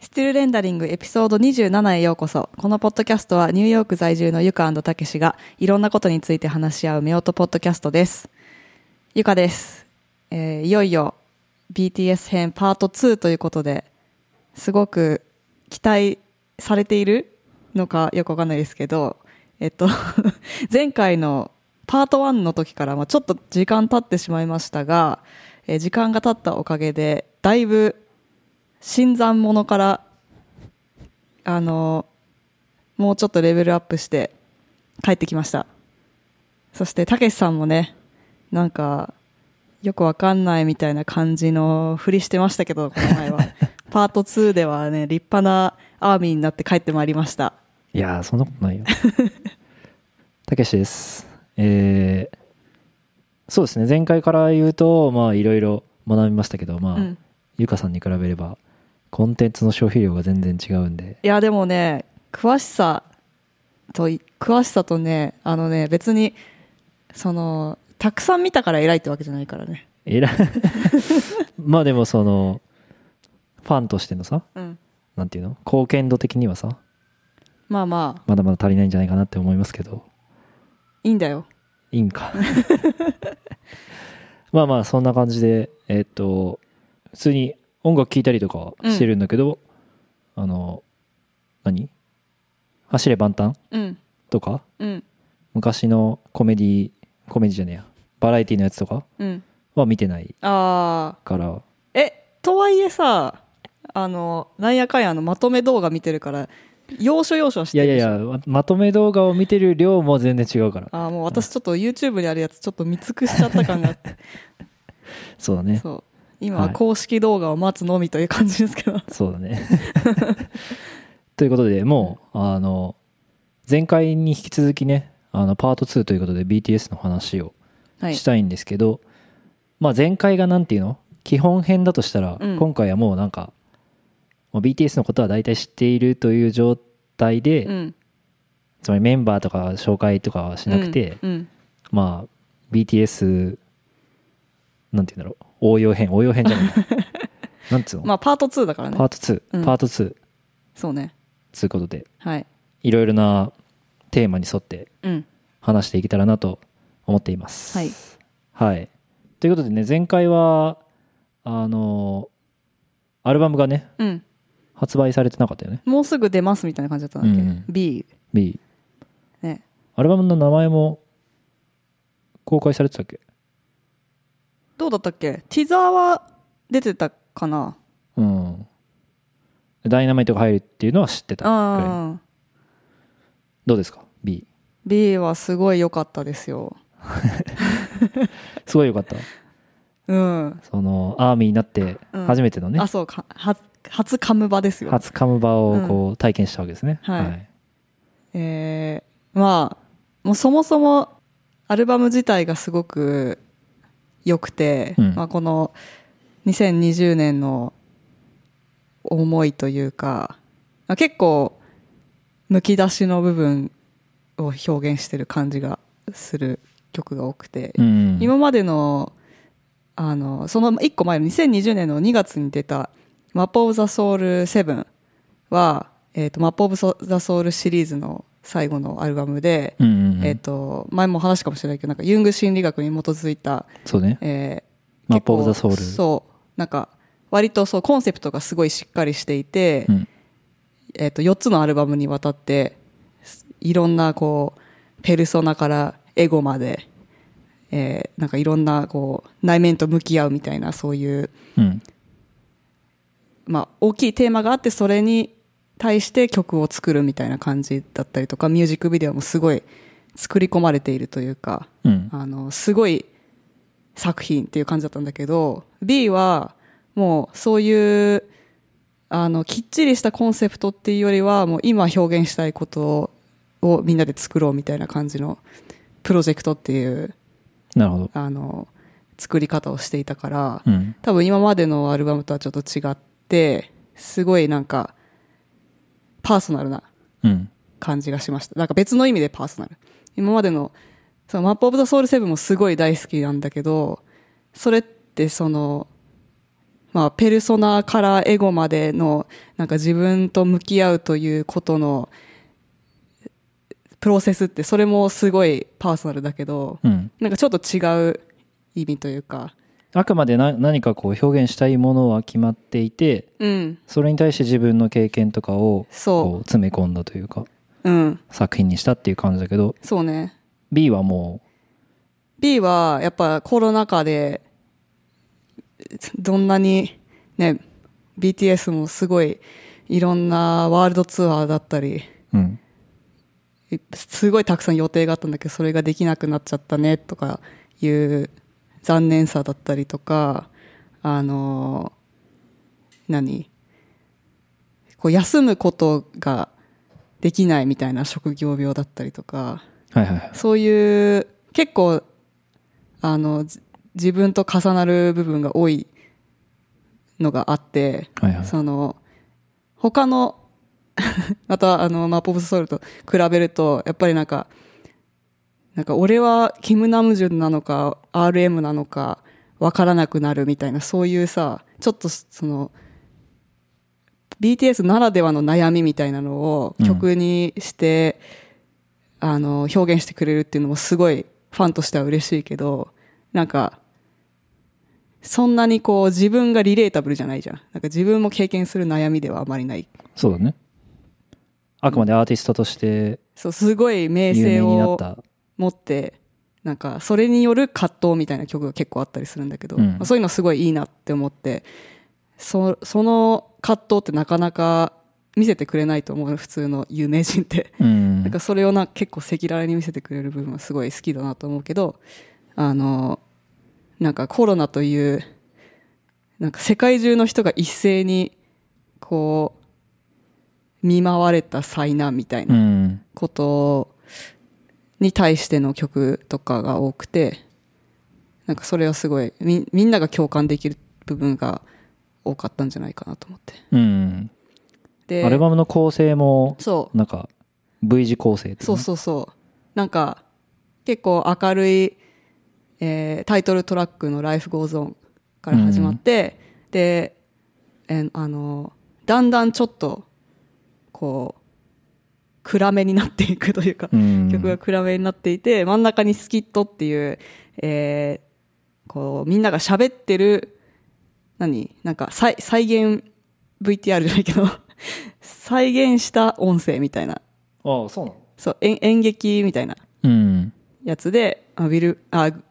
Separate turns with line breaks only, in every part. チルレンダリングエピソード27へようこそ。このポッドキャストはニューヨーク在住のゆかたけしがいろんなことについて話し合う夫婦ポッドキャストです。ゆかです。えーいよいよ BTS 編パート2ということで、すごく期待されているのかよくわかんないですけど、えっと、 前回のパート1の時から、まあ、ちょっと時間経ってしまいましたが、えー時間が経ったおかげで、だいぶ新参者から、あの、もうちょっとレベルアップして帰ってきました。そして、たけしさんもね、なんか、よくわかんないみたいな感じのふりしてましたけど、この前 は。パート2ではね、立派なアーミーになって帰ってまいりました。
いやーそんなことないよ たけしですえーそうですね前回から言うとまあいろいろ学びましたけどまあ、
うん。
ゆかさんに比べればコンテンツの消費量が全然違うんで
いや、でもね、詳しさとい、詳しさとね、あのね、別に、その、たくさん見たから偉いってわけじゃないからね。
え らまあでもそのファンとしてのさ
うん。
なんていうの貢献度的にはさ
まあまあ、
まだまだ足りないんじゃないかなって思いますけど
いいんだよ。
いいんか まあまあそんな感じでえっと普通に音楽聴いたりとかはしてるんだけど、あの何走れ万端
うん。
とか
うん。
昔のコメディコメディじゃねえやバラエティのやつとか
うん。
は見てない
ああ。
から
えとはいえさあのなんやかんやあのまとめ動画見てるから要所要所は知っ
い
てる
やいや
でし
い
ょ
やままとめ動画を見てる量も全然違うから
あーもう私ちょっと YouTube にあるやつちょっと見尽くしちゃった感があって
そうだね
そう今
はい
は公式動画を待つのみという感じですけど、
そうだね ということでもうあの前回に引き続きねあのパート2ということで BTS の話を
はい
したいんですけど、まあ、前回がなんていうの基本編だとしたら、
うん
今回はもうなんかもう BTS のことは大体知っているという状態で、
うん
つまりメンバーとか紹介とかはしなくて、
うん
まあ BTS なんていうんだろう応用編応用編じ ゃないなんつう
う
の、
んまあパート2だからね
パート2、
うん
パート2
そうね
つうことで
はい
いろいろなテーマに沿って
うん
話していけたらなと思っています。
はい、
はいということでね前回はあのアルバムがね
うん
発売されてなかったよね
もうすぐ出ますみたいな感じだったんだっけ、
うん
B
B
ね
アルバムの名前も公開されてたっけ
どうだったっけティザーは出てたかな
うんダイナマイトが入るっていうのは知ってたぐらい
ああ
どうですか B
B はすごい良かったですよ
すごいよかった
うん
そのアーミーになって
うん
初めてのね、
あそうかは初カムバですよ、
初カムバをこう体験したわけですね、
はいえーまあもうそもそもアルバム自体がすごく良くて、
うん
まあ、この2020年の思いというかまあ結構むき出しの部分を表現してる感じがする曲が多くて、
うん
今までのあのその1個前の2020年の2月に出た「マップ・オブ・ザ・ソウル7」は、えーと「マップ・オブ・ザ・ソウル」シリーズの最後のアルバムで、
うんうんうん
えー、と前も話したかもしれないけどなんかユング心理学に基づいた、
そうね
えー
マップオブ
結構
ザソウル
そうなんか割とそうコンセプトがすごいしっかりしていて、
うん
えー、と4つのアルバムにわたっていろんなこうペルソナからエゴまで、えーなんかいろんなこう内面と向き合うみたいなそういう、
うん
まあ、大きいテーマがあってそれに対して曲を作るみたいな感じだったりとかミュージックビデオもすごい作り込まれているというか
うん
あのすごい作品っていう感じだったんだけど B はもうそういうあのきっちりしたコンセプトっていうよりはもう今表現したいことをみんなで作ろうみたいな感じのプロジェクトっていう
なるほど
あの作り方をしていたから、
うん
多分今までのアルバムとはちょっと違ってすごいなんかパーソナルな
うん
感じがしました。なんか別の意味でパーソナル。今までの、そのマップオブザソウルセブンもすごい大好きなんだけど、それってその、まあ、ペルソナからエゴまでの、なんか自分と向き合うということの、プロセスって、それもすごいパーソナルだけど、
うん、
なんかちょっと違う意味というか、
あくまでな何かこう表現したいものは決まっていて
うん、
それに対して自分の経験とかをこう
そ
詰め込んだというか
う、うん、
作品にしたっていう感じだけど
そうね。
B はも
B は、やっぱコロナ禍で、どんなに、ね、BTS もすごい、いろんなワールドツアーだったり、
う、うん、
すごいたくさん予定があったんだけど、それができなくなっちゃったね、とかいう残念さだったりとか、あの、何こう休むことができないみたいな職業病だったりとか、
はいはいはい
そういう、結構、あの、じ自分と重なる部分が多いのがあって、
はいはい
その、他の、 また、あの、マップ・オブ・ソウルと比べると、やっぱりなんか、なんか俺はキム・ナムジュンなのか、RM なのか、わからなくなるみたいな、そういうさ、ちょっとその、BTS ならではの悩みみたいなのを曲にして、あの、表現してくれるっていうのもすごいファンとしては嬉しいけど、なんか、そんなにこう自分がリレータブルじゃないじゃん。なんか自分も経験する悩みではあまりない。
そうだねあくまでアーティストとして
そう、すごい名
有名
声
になっ
を
た
持って、なんかそれによる葛藤みたいな曲が結構あったりするんだけど、
うん
まあそういうのすごいいいなって思って、そその葛藤ってなかなか見せてくれないと思うの普通の有名人って。
うん
なんかそれをな結構赤裸々に見せてくれる部分はすごい好きだなと思うけど、あの、なんかコロナという、なんか世界中の人が一斉に、こう、見舞われた災難みたいな
うん
ことに対しての曲とかが多くて、なんかそれはすごい、み、みんなが共感できる部分が多かったんじゃないかなと思って。
うん
で、
アルバムの構成も
そう、
なんか V 字構成ってい
そうそうそう。なんか、結構明るい、えータイトルトラックの Life Goes On から始まって、で、えーあの、だんだんちょっと、こう、暗めになっていくというか、
うん
曲が暗めになっていて、真ん中にスキットっていう、えーこう、みんなが喋ってる、何なんか、再、再現 VTR じゃないけど、 再現した音声みたいな
ああそうなの
そう、演演劇みたいな
うん
やつで、あビル、あ、ん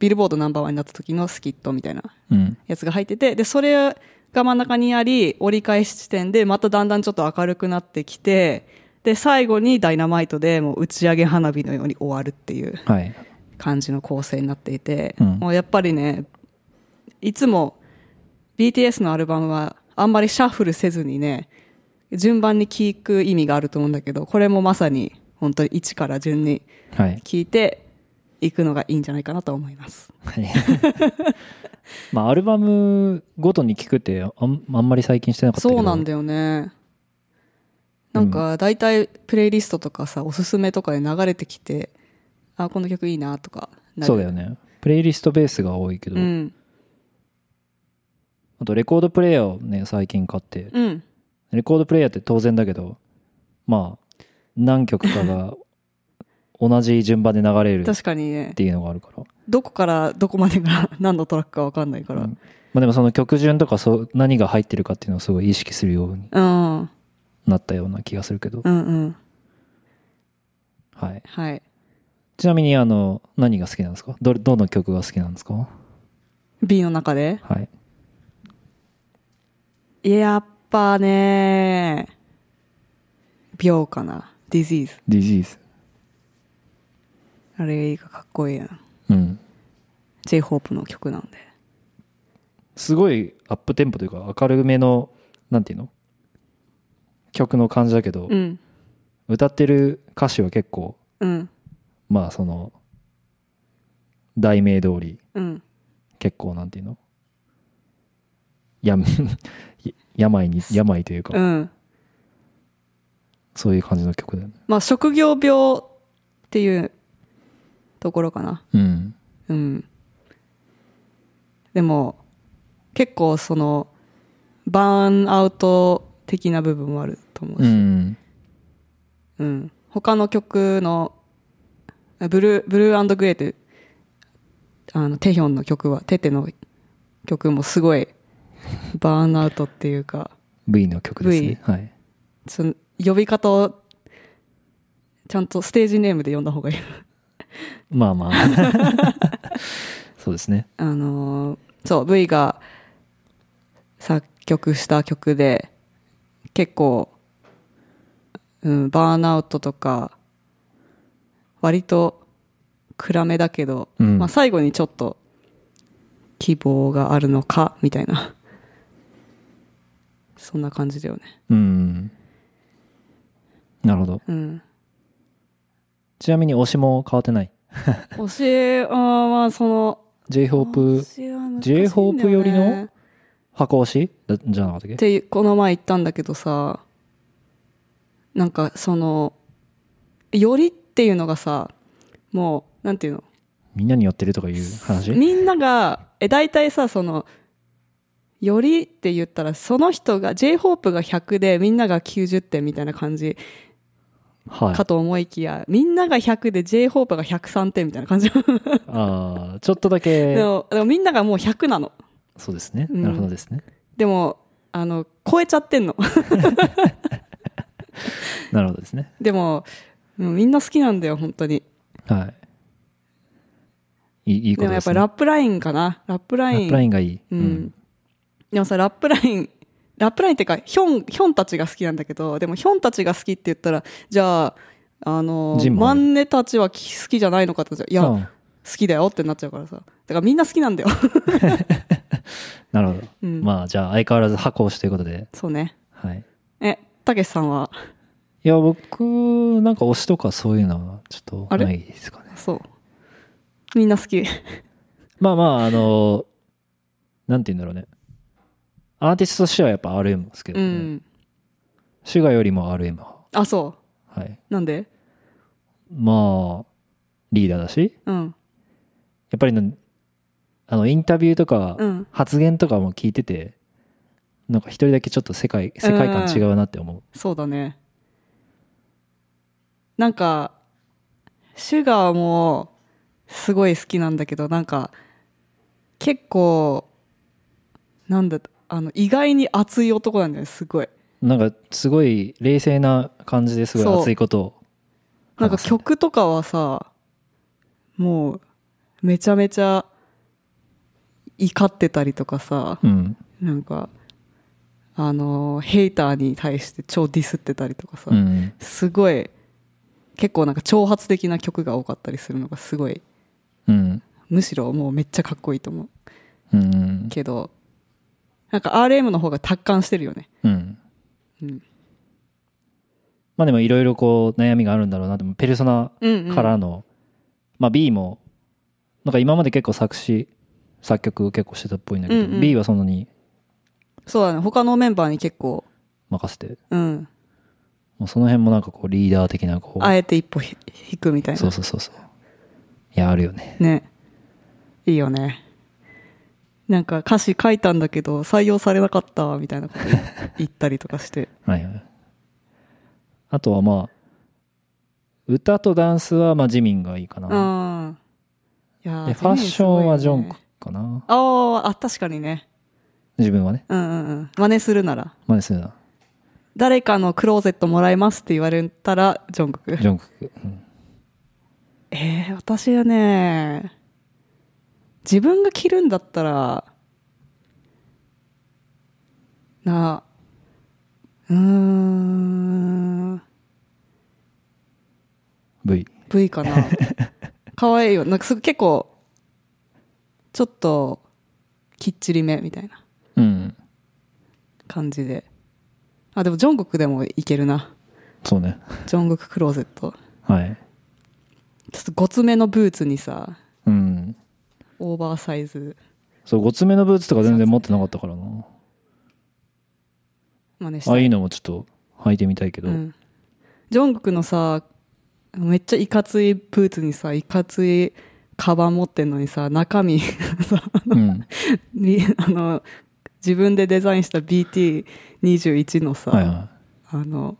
ビルボードナンバーワンになった時のスキットみたいな
うん
やつが入ってて、で、それが真ん中にあり、折り返し地点でまただんだんちょっと明るくなってきて、で、最後にダイナマイトでもう打ち上げ花火のように終わるっていう
はい
感じの構成になっていて、
うん
もうやっぱりね、いつも BTS のアルバムはあんまりシャッフルせずにね、順番に聴く意味があると思うんだけど、これもまさに本当に1から順に
はい
聞いていくのがいいんじゃないかなと思います。
はい まあアルバムごとに聞くってあんあんまり最近してなかったけど
そうなんだよね。なんか、大体プレイリストとかさ、おすすめとかで流れてきて、あ、この曲いいなとかなる。
そうだ
よ。
よねプレイリストベースが多いけど、
うん。
あとレコードプレイヤーをね最近買って
うん。
レコードプレイヤーって当然だけどまあ何曲かが同じ順番で流れるっ
確かにね、
ていうのがあるから
どこからどこまでが 何のトラックかわかんないから。
う
うんん。
まあ、でもその曲順とかそう何が入ってるかっていうのをすごい意識するように
うん
なったような気がするけど、
うん。
はい、
はい。
ちなみにあの何が好きなんですかどれどの曲が好きなんですか
B の中で
はい
やっぱね、病かな。ディジーズ。
「Disease
あれがいいかかっこいいな。」
うん、
J-Hope の曲なんで。
すごいアップテンポというか明るめのなんていうの曲の感じだけど、
うん。
歌ってる歌詞は結構
うん。
まあその題名通り
うん。
結構なんていうの や病に病というか、
うん。
そういう感じの曲だよね
まあ、職業病っていうところかな。
うん
うん。でも、結構そのバーンアウト的な部分もあると思う
う
し、
ん
うん、他の曲のブルーブルーグレーとあのテヒョンの曲はテテの曲もすごいバーンアウトっていうか
V の曲ですね、はい、
その呼び方をちゃんとステージネームで呼んだ方がいい
まあまあ そうですね
あのーそう V が作曲した曲で結構、うん、バーンアウトとか割と暗めだけど、
うん
まあ、最後にちょっと希望があるのかみたいな そんな感じだよね
うんなるほど
うん
ちなみに推しも変わってない
教えあーまあその
j ホープ
教えは難しいんだよね
J-Hope よりの箱推しだじゃなかったっけ
ってこの前言ったんだけどさなんかその「より」っていうのがさもうなんていうの
みんなに寄ってるとかいう話
みんながえ大体さその「より」って言ったらその人が j ホープが100でみんなが90点みたいな感じ
はい
かと思いきや、みんなが100で j ホープが103点みたいな感じで
ああちょっとだけ
もでもみんながもう100なの
そうですね
うん
なるほどですね
でもあの超えちゃってんの
なるほどですね
でももうみんな好きなんだよ本当に
はいいいいいこ
でもや
とで
っ
す
ぱ
ね
ラップラインかなラップラ
ラ
イ
ッ
ン
プラインがいい
うんでもさラップラインラップラインっていうかヒョンヒョンたちが好きなんだけどでもヒョンたちが好きって言ったらじゃああの
ジンも
マンネたちはき好きじゃないのかってなっちゃういや、
う
好
ん
きだよってなっちゃうからさだからみんな好きなんだ よ
なるほど
うん
まあじゃあ相変わらず箱推しということで
そうね
はい
えたけしさんはい
や僕なんか推しとかそういうのはちょっとないですかね
そうみんな好き
まあまああのなんて言うんだろうねアーティストとしてはやっぱ RM ですけど
う
ね、
ん
シュガよりも RM は
あそ
はい。
うなんで
まあ、リーダーだし、
うん
やっぱりの、あの、インタビューとか
う、ん
発言とかも聞いてて、なんか一人だけちょっと世界、世界観違うなって思う。
そうだね。なんか、シュガーもすごい好きなんだけど、なんか、結構、なんだ、あの、意外に熱い男なんだよね、すごい。
なんか、すごい冷静な感じですご
そ
いう熱いことを。
なんか曲とかはさ、もう、めちゃめちゃ、怒ってたりとかさ、
うん。
なんか、あの、ヘイターに対して超ディスってたりとかさ、
うん。
すごい結構なんか挑発的な曲が多かったりするのがすごい
うん。
むしろもうめっちゃかっこいいと思う
うん。
けどなんか RM の方が達観してるよね
うん。
うん
まあでも、いろいろこう、悩みがあるんだろうなって、ペルソナ
うん、うん、
からの、まあ B も、なんか今まで結構作詞、作曲を結構してたっぽいんだけど、
うんうん
B はそんなに
そうだね他のメンバーに結構
任せて
うん
もうその辺もなんかこうリーダー的なこう
あえて一歩ひ引くみたいな
そうそうそうそういやあるよね
ねいいよねなんか歌詞書いたんだけど採用されなかったみたいなこと言ったりとかして
はいはいあとはまあ歌とダンスはまあジミンがいいか
う
なん
いや
でファッションはジョ
ク
ンクかな
あーあ確かにね
自分はね
うんうんうん真似するなら
真似するな
誰かのクローゼットもらえますって言われたらジョングク
ジョンク、うん
えー、私はね自分が着るんだったらなうーん
V
V か な可愛いよなんかすごい結構ちょっときっちりめみたいな
うん
感じであでもジョングクでもいけるな
そうね
ジョングククローゼット
はい
ちょっとごつめのブーツにさ
うん
オーバーサイズ
そう5つ目のブーツとか全然持ってなかったからな
真似して
ああいうのもちょっと履いてみたいけど、
うん、ジョングクのさめっちゃいかついブーツにさいかつ いカバン持ってんのにさ中身さ
うん
にあの自分でデザインした BT21 のさ、
はいは
あの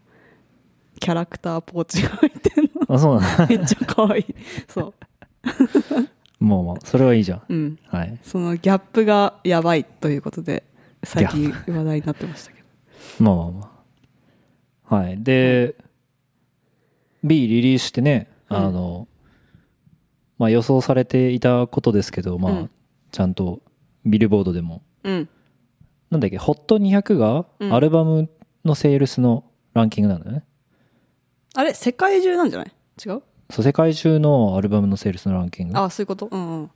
キャラクターポーチが入ってんの
い。あ、そうなんだ。
めっちゃ可愛いそう
まあまあ、それはいいじゃん。
うん
はい。
そのギャップがやばいということで最近話題になってましたけど
まあまあまあ。はい。で、B リリースしてね、
うん
あの、まあ予想されていたことですけど、まあ、
うん
ちゃんとビルボードでも、
うん
なんだっけ、HOT200 が
うん
アルバムのセールスのランキングなんだよね。
あれ世界中なんじゃない違う
そう、世界中のアルバムのセールスのランキング。
あそういうことうんうん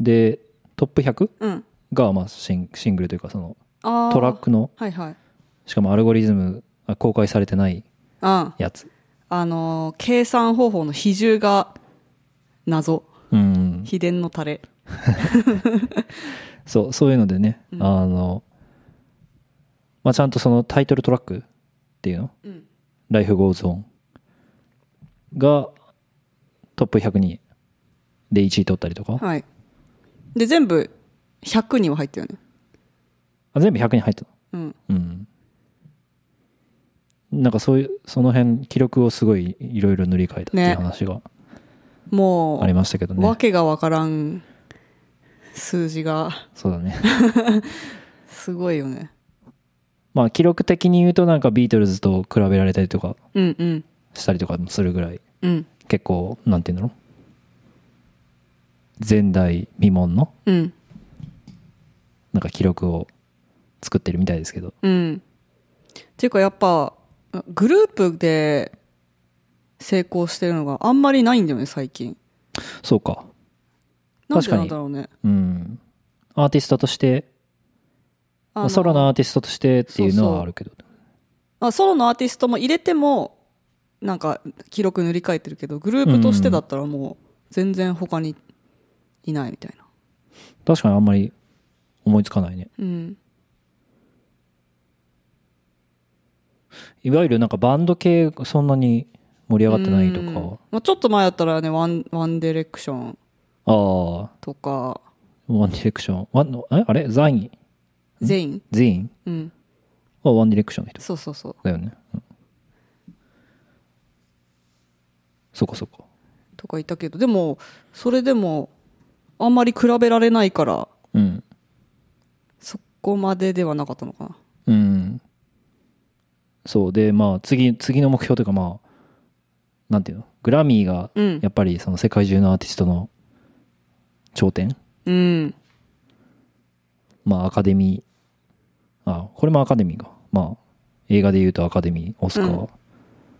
で、トップ100
うん
が、まあシン、シングルというか、その、
あー
トラックの、
はいはい
しかもアルゴリズムが公開されてない
あ
やつ。
あのー計算方法の比重が謎
うん。
秘伝のタレ
そう、そういうのでね、
うん
あの、まあ、ちゃんとそのタイトルトラックっていうの、
うん
ライフゴーズオンがトップ100にで1位取ったりとか、
はいで全部100には入ったよね
あ全部100に入った
うん
の。うん。なんかそういう、その辺、記録をすごいいろいろ塗り替えたっていう
ね
話が
も
ありましたけど
う、
ね。
わけがわからん数字が
そうだね。
すごいよね
まあ、記録的に言うとなんかビートルズと比べられたりとか
うんうん
したりとかもするぐらい、
うん
結構なんていうんだろう前代未聞の
うん
なんか記録を作ってるみたいですけど
うんっていうかやっぱグループで成功してるのがあんまりないんだよね最近
そうか
なんで
確かに
なんだろうね
うんアーティストとして
あ
まあソロのアーティストとしてっていうの
そうそう
はあるけど
あソロのアーティストも入れてもなんか記録塗り替えてるけどグループとしてだったらもう全然他にいないみたいな
確かにあんまり思いつかないね
うん
いわゆるなんかバンド系がそんなに盛り上がってないと
うん
か
まあ、ちょっと前だったらねワンワンディレクション
ああ
とか
ワンディレクションワンのえあれザイン
全員
ゼイン
うん
はワンディレクションの人
そうそうそう
だよね、うん、そこそこと
かいたけどでもそれでもあんまり比べられないから
うん
そこまでではなかったのかな
うん。そう。で、まあ、次、次の目標というか、まあ、なんていうのグラミーが、
うん
やっぱりその世界中のアーティストの頂点
うん
まあ、アカデミー。あ、これもアカデミーか。まあ、映画で言うとアカデミー、オスカー、
うん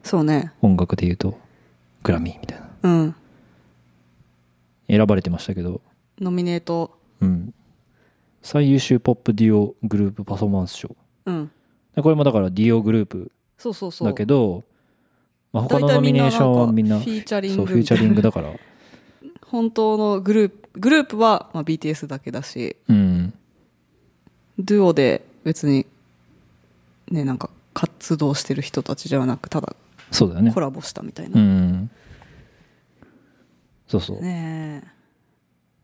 そうね
音楽で言うとグラミーみたいな。
うん
選ばれてましたけど、
ノミネート
うん。最優秀ポップデュオグループパフォーマンス賞。
うん
でこれもだからディオグループ
そうそうそう
だけど、まあ、他
大
の
体
ノミネーションはみんな、
んかフィーチャリング
そう、フューチャリングだから。
本当のグループグループは、まあ、BTS だけだし
うん。
デュオで別にねなんか活動してる人たちではなくただ
そうだよね
コ。ラボしたみたいうな、
ん。そうそう。
ね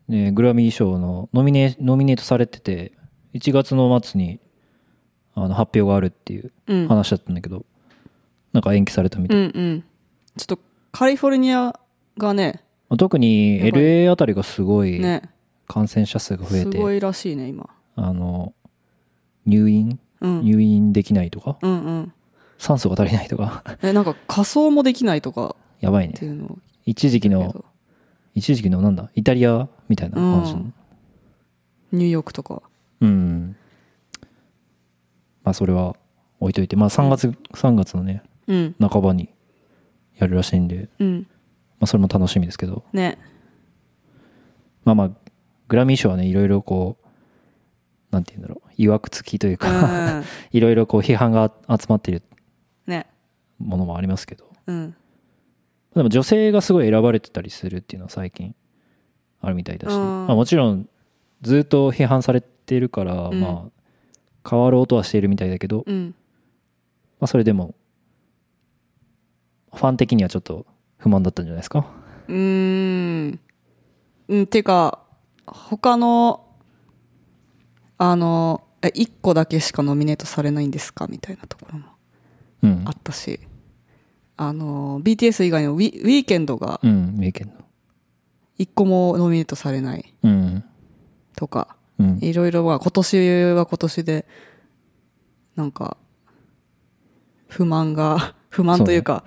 え
ね、グラミー賞のノミネノミネートされてて、1月の末にあの発表があるっていう
うん
話だったんだけど、なんか延期されたみた
う
い。
んうんちょっとカリフォルニアがね
まあ特に
やばい
LA あたりがすごい
ね
感染者数が増え
す
て、
ごいらしいね今、
あの、入院、
うん、
入院できないとか、
うんうん
酸素が足りないとか、
えなんか仮装もできないとか
やばい
って
ね。
いうのを
一時期
聞いた
の
けど
一時期のなんだイタリアみたいな話、
うんニューヨークとか
うんまあそれは置いといてまあ3月3月のね
うん
半ばにやるらしいんで、
うん
まあ、それも楽しみですけど
ね
まあまあグラミー賞はねいろいろこうなんて言うんだろういわくつきという
う
か
ん
いろいろこう批判が集まっている
ね
ものもありますけど
うん
でも女性がすごい選ばれてたりするっていうのは最近あるみたいだし、
うん
まあ、もちろんずっと批判されてるから、
うん
まあ変わろうとはしているみたいだけど、
うん
まあ、それでもファン的にはちょっと不満だったんじゃないですか
うーん。うん、てか、他の、あの、え1個だけしかノミネートされないんですかみたいなところも
うん
あったし、あの BTS 以外のウィウィーケンドが
うん三重県の
1個もノミネートされない
うん
とか、
うん
いろいろまあ今年は今年でなんか不満が 不満というか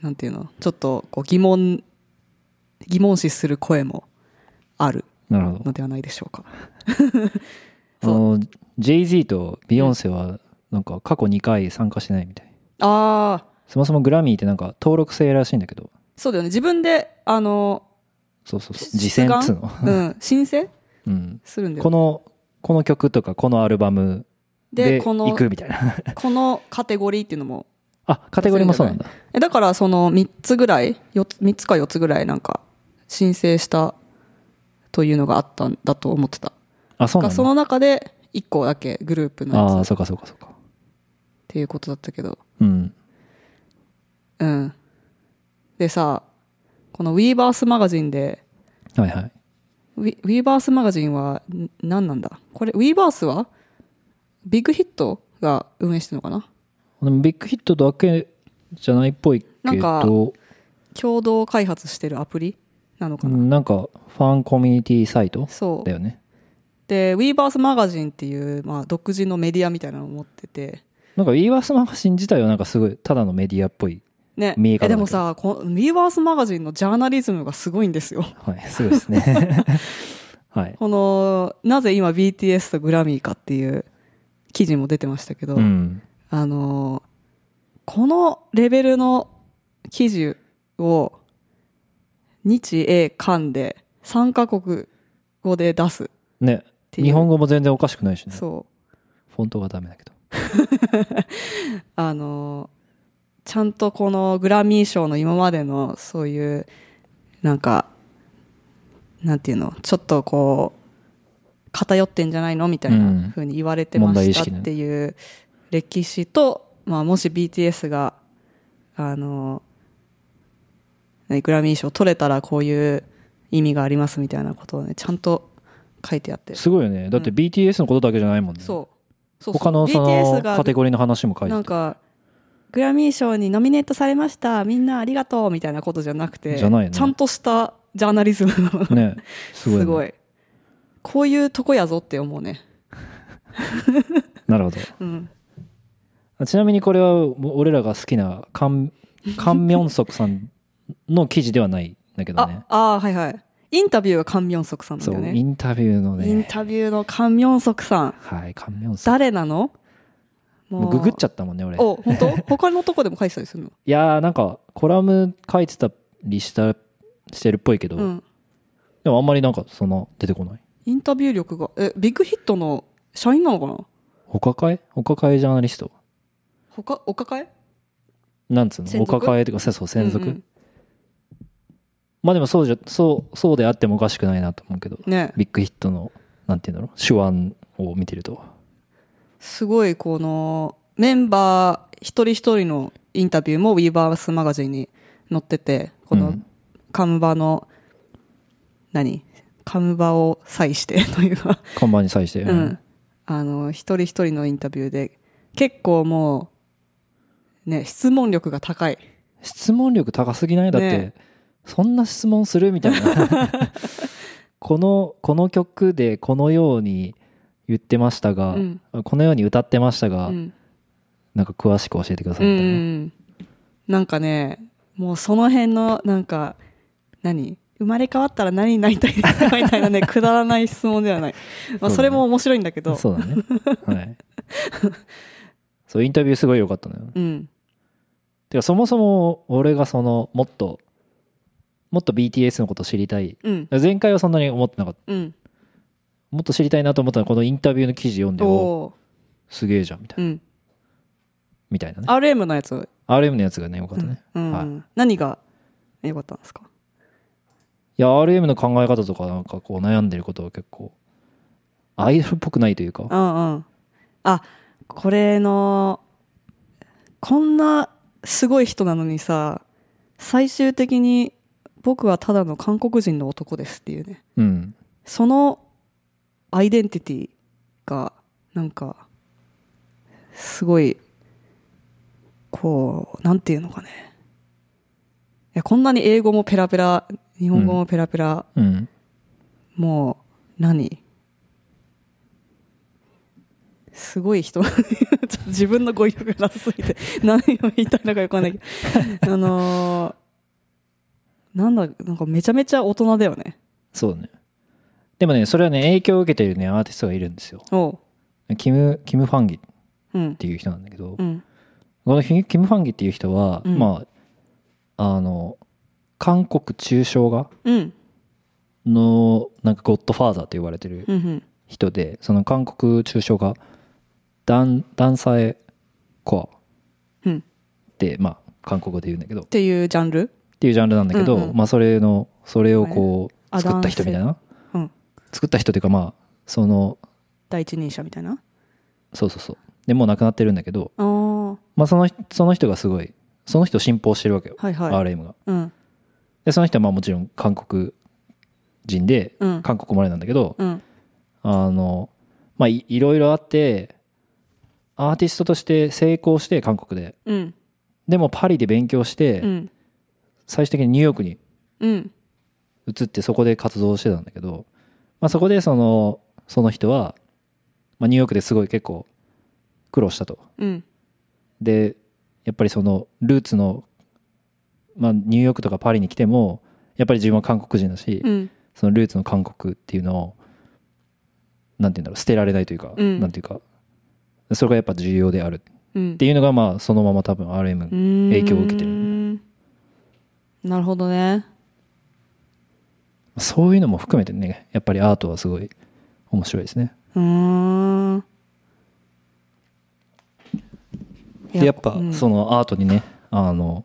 なんていうのちょっとこう疑問疑問視する声もある
なるほど
のではないでしょうか。
あの JZ とビヨンセはなんか過去2回参加してないみたい
ああ
そもそもグラミーってなんか登録制らしいんだけど
そうだよね自分であの、
そうそうそう
出
次戦っつうの、
うん、申請
うん、
するんだよ
このこの曲とかこのアルバム
で
で
この
行くみたいな
このカテゴリーっていうのも
あカテゴリーもそうなんだ
えだからその3つぐらい4つ3つか4つぐらいなんか申請したというのがあったんだと思ってた
あそう
が
なん
そ
だ
の中で1個だけグループの
あ
やつ
あ
っ
そうかそうかそうか
ていうことだったけど
うん
うんでさこのウィーバースマガジンで
はいはい
ウィウィーバースマガジンはん何なんだこれウィーバースはビッグヒットが運営してるのかな
でもビッグヒットだけじゃないっぽいけ
なんか
ど
共同開発してるアプリなのか
う
な、
んなんかファンコミュニティサイト
そう
だよね
でウィーバースマガジンっていう、まあ、独自のメディアみたいなのを持ってて
なんかウィーバースマガジン自体はなんかすごいただのメディアっぽい
ね
見え方
え
だけ
で
ど
もさこのウィーバースマガジンのジャーナリズムがすごいんですよ
はいすごいで すねはい
このなぜ今 BTS とグラミーかっていう記事も出てましたけど、
うん
あのこのレベルの記事を日英韓で3カ国語で出す
ね
ていう
日本語も全然おかしくないしねフ
そう
ォントがダメだけど
あのちゃんとこのグラミー賞の今までのそういうなんかなんていうのちょっとこう偏ってんじゃないのみたい
うん
な風に言われてま
問題意
し
識
た
ね
っていう歴史と、まあ、もし BTS があの何グラミー賞取れたらこういう意味がありますみたいなことをねちゃんと書いてあって
すごいよねだって BTS のことだけじゃないもんね
そうそうそう
他のそ
BTS
の
が
カテゴリーの話も書い
なん
てた
かグラミー賞にノミネートされましたみんなありがとうみたいなことじゃなくて
じゃないね
ちゃんとしたジャーナリズムなの
ねす
す
ご
ご
い
い,、
ね
こういうとこやぞって思うね
なるほど
うん
ちなみにこれは俺らが好きな カンカンミョンソクさんの記事ではないんだけどね
ああーはいはいインタビューはカンミョンソクさんなん
そ
だよ
う
ね
インタビューの
イン
ね
タビューのカンミョンソクさん
はいカンミョンソク
誰なの
もうググっちゃ
っ
ったもんね俺
たお本当他のとこでも書いてたりするの
いやーなんかコラム書いてたりしたしてるっぽいけど、
うん
でもあんまりなんかそんな出てこない
インタビュー力がえビッグヒットの社員なのかな
お抱えお抱えジャーナリスト
他お抱え
なんつうの
専
お
属
抱えとかそうそう専属、
うんうん
まあでもそうじゃそうそうであってもおかしくないなと思うけど
ね
ビッグヒットのなんていうんだろう手腕を見てると
すごいこのメンバー一人一人のインタビューもウィーバースマガジンに載っててこ
う
の
ん
カムバの、何カムバを際して というか、
看板に際して、
うん、あの一人一人のインタビューで結構もうね質問力が高い
質問力高すぎないだって、
ね
そんな質問するみた いなこのこの曲でこのように言ってましたが、
うん
このように歌ってましたが、
うん
なんか詳しく教えてくださ
う
い
ん
みたいな、
なんかねもうその辺のなんか何生まれ変わったら何になりたいですかみたいな ねくだらない質問ではない、まあ、
そうだね
それも面白いんだけど
そうだねはいそうインタビューすごい良かったのよ
うん
てかそもそも俺がそのもっともっと BTS のこと知りたい
うん
前回はそんなに思ってなかった
うん
もっと知りたいなと思ったのはこのインタビューの記事読んでお
お
すげえじゃんみたい
ーう
なんみたいなね
RM のやつ、
RM のやつがね良かったね、
うん
はい
何が良かったんですか
いや RM の考え方とかなんかこう悩んでることは結構アイドルっぽくないというか
うんうんあこれのこんなすごい人なのにさ最終的に僕はただの韓国人の男ですっていうね
うん
そのアイデンティティがなんかすごいこうなんていうのかねいやこんなに英語もペラペラ日本語もペラペラ、
うん。
もう何すごい人 ちょっと自分の語彙力がなさすぎて何を言いたいのかよくわかんないけどあのーなんだなんかめちゃめちゃ大人だよね
そうね。でもね、それはね、影響を受けているね、アーティストがいるんですよ。
おう
キム、キム・ファンギっ
うん
ていう人なんだけど、
うん
このキムキム・ファンギっていう人は、
うん
まあ、あの、韓国中小画
うん
の、なんかゴッドファーザーと呼ばれてる
うんうん
人で、その韓国中小画、ダン、ダンサエコアっ
うん
て、まあ、韓国語で言うんだけど、っ
っていうジャンル
ていうジャンルなんだけど、
うんうん
まあ、それの、それをこ
あ
う、
れ
作った人みたいな。
うん
作った人っていうか、まあ、その、
第一人者みたいな
そうそうそう。で、もう亡くなってるんだけど、
ああは
まあ、その人その人がすごいその人を信奉してるわけよ、
いはい
RM が
うん
でその人はまあもちろん韓国人で、
うん
韓国生まれなんだけど、
うん
あのまあいいろいろあってアーティストとして成功して韓国で
うん
でもパリで勉強して、
うん
最終的にニューヨークに
うん
移ってそこで活動してたんだけど、まあ、そこでそのその人は、まあ、ニューヨークですごい結構苦労したと
うん
でやっぱりそのルーツの、まあ、ニューヨークとかパリに来てもやっぱり自分は韓国人だし、
うん
そのルーツの韓国っていうのをなんて言うんだろう捨てられないというか、
うん
なんていうかそれがやっぱ重要であるっ
うん
ていうのがまあそのまま多分 RM
影
響を受けてる
るなるほどね
そういうのも含めてねやっぱりアートはすごい面白いですね。
うーん
でやっぱ、
うん
そのアートにねあの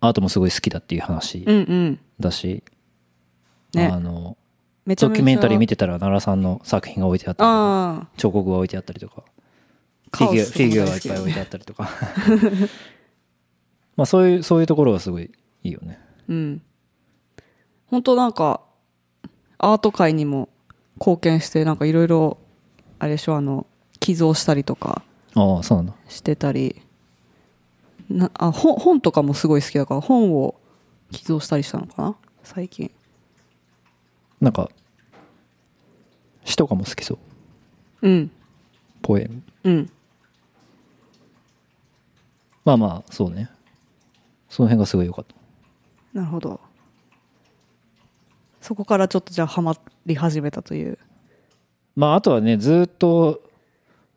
アートもすごい好きだっていう話
うんうん
だし、
ね
あの
めちゃ
ド
めちゃ
キュメンタリー見
て
てたら奈良さんの作品が置いてあったりとか
あ
彫刻が置いてあったりとかフ
カ
ィ
オ
ギュア
ス
フ
とか
ィ
も
ギュア
大好
がいっ
きだ
ぱい
よ
置
ね
いてあったりとか まあそういうそういうところがすごいいいよね
あうん本当なんかアート界にも貢献してなんかいろいろあれでしょあの寄贈したりとか
ああそうなんだ
してたりなあ本本とかもすごい好きだから本を寄贈したりしたのかな最近
なんか詩とかも好きそう
うん
ポエム
うん
まあまあそうねその辺がすごい良かった
なるほどそこからちょっとじゃあハマり始めたという
まああとはねずーっと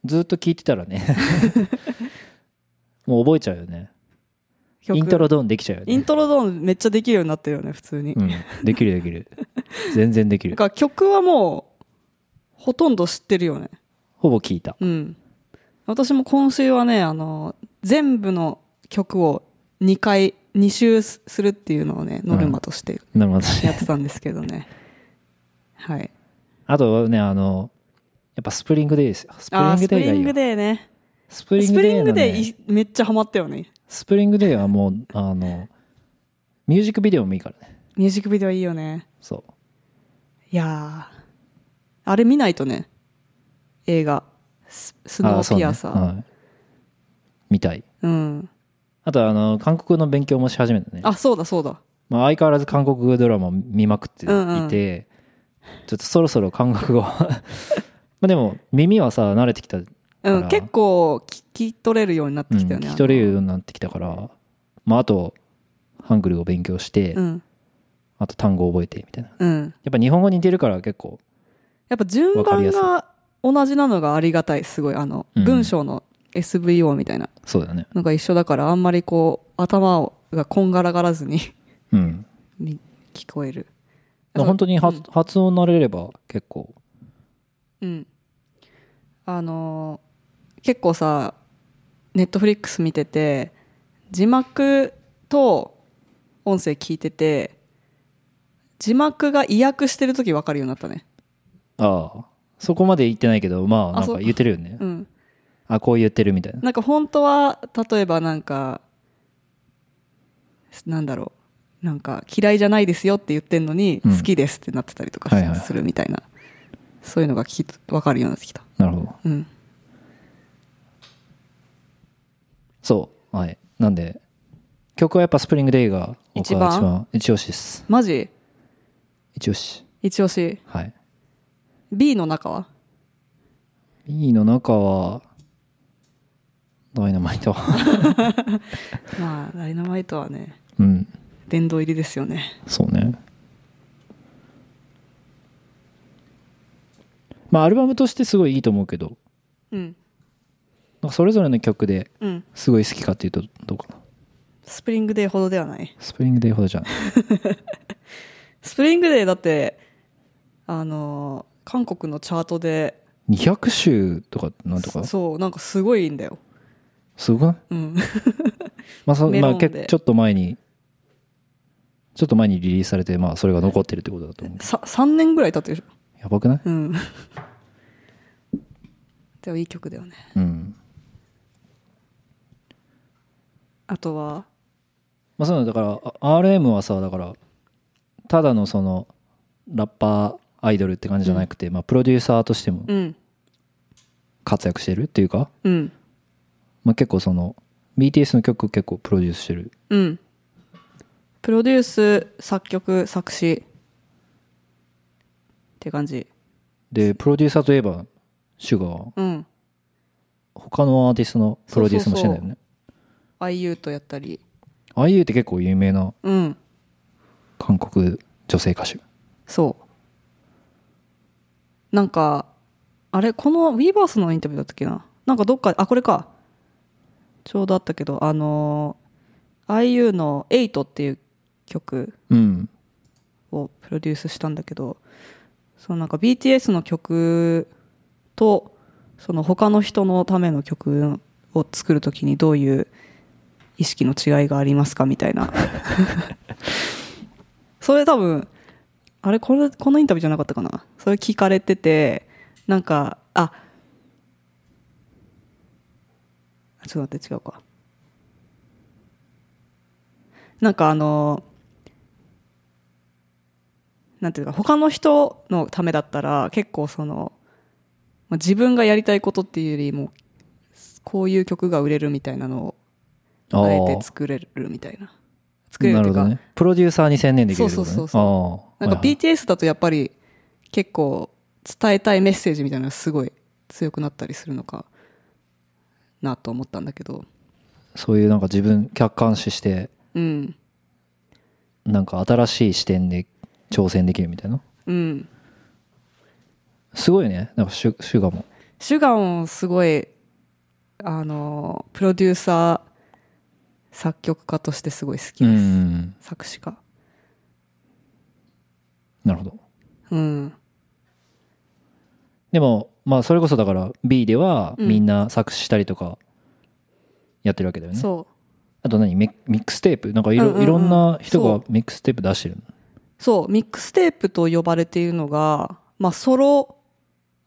ずーっと聞いてたら ねもう覚えちゃうよね
曲
イントロドーンできちゃうよ
イン
ね、
トロドーンめっちゃできるようになってるよね普通に、
うん、できるできる全然でき
なん
る
か曲はもうほとんど知ってるよね
ほぼ聞いた
うん私も今週はねあの全部の曲を2回2周するっていうのをねノルマとして
なるほどね
やってたんですけどね、はい
あとね、あの、やっぱスプリングデーですよ。スプリ
あー
ング
ス
デ
プ
ーが
リ
い
ン
い
グ
よ。
デーね
スプリン
ス
グ
プ
デ
リ
ー
ン
の
グ
ね
デーいめっちゃハマったよね
スプリングデーはもう、あの、ミュージックビデオもいいからね。
ミュージックビデオいいよね
そ
いやーあれ見ないとね映画スス
う。
ノ
あ
ー
そう
ピ
ね
アサーう,、
はい見たい。
ん
あと、あの、韓国の勉強もし始めたね。
あそうだそうだ
まあ、相変わらず韓国語ドラマ見まくっていて、
うんうん
ちょっとそろそろ韓国語 まあでも、耳はさ、慣れてきた。
う
あら
ん結構聞き取れるようになってきたよね、
うん聞き取れるようになってきたから、まあ、あと、ハングルを勉強して、
うん
あと単語を覚えて、みたいな。
うん
やっぱ日本語似てるから結構、
やっぱ順
わかり
番
やすい
が同じなのがありがたいすごいあの、
うん
文章の SVO みたいな
そうだね。
のが一緒だからあんまりこう頭をがこんがらがらずに
うん。
に聞こえる
まあ本当に発,、発音慣れれば結構。
うん。あのー結構さ、ネットフリックス見てて、字幕と音声聞いてて、字幕が意訳してるとき分かるようになったね。
ああ。そこまで言ってないけど、まあ、
あ
なん
そう
か言ってるよね。
うん。
あ、こう言ってるみたいな。
なんか本当は、例えばなんか、なんだろう、なんか嫌いじゃないですよって言ってんのに、
うん
好きですってなってたりとか
はいはいはい
するみたいな。そういうのが聞き分かるようになってきた
なるほど
うん
そうはいなんで曲はやっぱスプリングデイが僕は
一
一
番
番一押しです
マジ
一押し
一押し
はい
B の中は
B の中はダイナマイト
まあダイナマイトはね
うん
殿堂入りですよね
そうねまあアルバムとしてすごいいいと思うけど
うん
なんかそれぞれの曲で
うん
すごい好きかっていうとどうかな
スプリングデーほどではない
スプリングデイほどじゃない
スプリングデーだってあのー韓国のチャートで
200週とかなんとか
そうなんかすごいんだよ
すごくない
うん
まあそ
メ
ま
ロ
あ、
ンで
けちょっと前にちょっと前にリリースされて、まあ、それが残ってるってことだと思う
さ3年ぐらい経ってるでし
やばくない
ょうんでもいい曲だよね
うん、
あとは
まあ、そうなんだからあ RM はさだからただのそのラッパーアイドルって感じじゃなくて、まあ、プロデューサーとしても
うん
活躍してるっていうか、
うん
まあ、結構その BTS の曲結構プロデュースしてる
うんプロデュース作曲作詞って感じ
でプロデューサーといえばシュガー
うん
他のアーティストのプロデュースもしてんだよね
IU とやったり
IU って結構有名な
うん
韓国女性歌手
そうなんかあれこの WeBirth のインタビューだったっけななんかどっかあこれかちょうどあったけどあのー IU の「8」っていう曲
うん
をプロデュースしたんだけどそのなんか BTS の曲とその他の人のための曲を作るときにどういう意識の違いがありますかみたいな それ多分あれこれこのインタビューじゃなかったかなそれ聞かれててなんかあちょっと待って違うかなんかあのなんていうか他の人のためだったら結構その、まあ、自分がやりたいことっていうよりもこういう曲が売れるみたいなの
あ
をあえ
ー
て作れるみたいな作れるっていうか、
なるほどね、プロデューサーに専念できるってこと、ね、
そうそうそう
あー
なんか
はいはい
BTS だとやっぱり結構伝えたいメッセージみたいなのがすごい強くなったりするのかなと思ったんだけど
そういうなんか自分客観視して
うん
なんか新しい視点で挑戦できるみたいな
うん
すごいねなんかシュシュガーも
シュガンすごいあのプロデューサー作曲家としてすごい好き
う
です、
ん
作詞家
なるほど
うん
でもまあそれこそだから B では
うん
みんな作詞したりとかやってるわけだよね、
そう
あと何ミミックステープなんかい
う
ろ,、
んうんうん
いろんな人
そ
が
う
ミックステープ出してるの
そうミックステープと呼ばれているのが、まあ、ソロ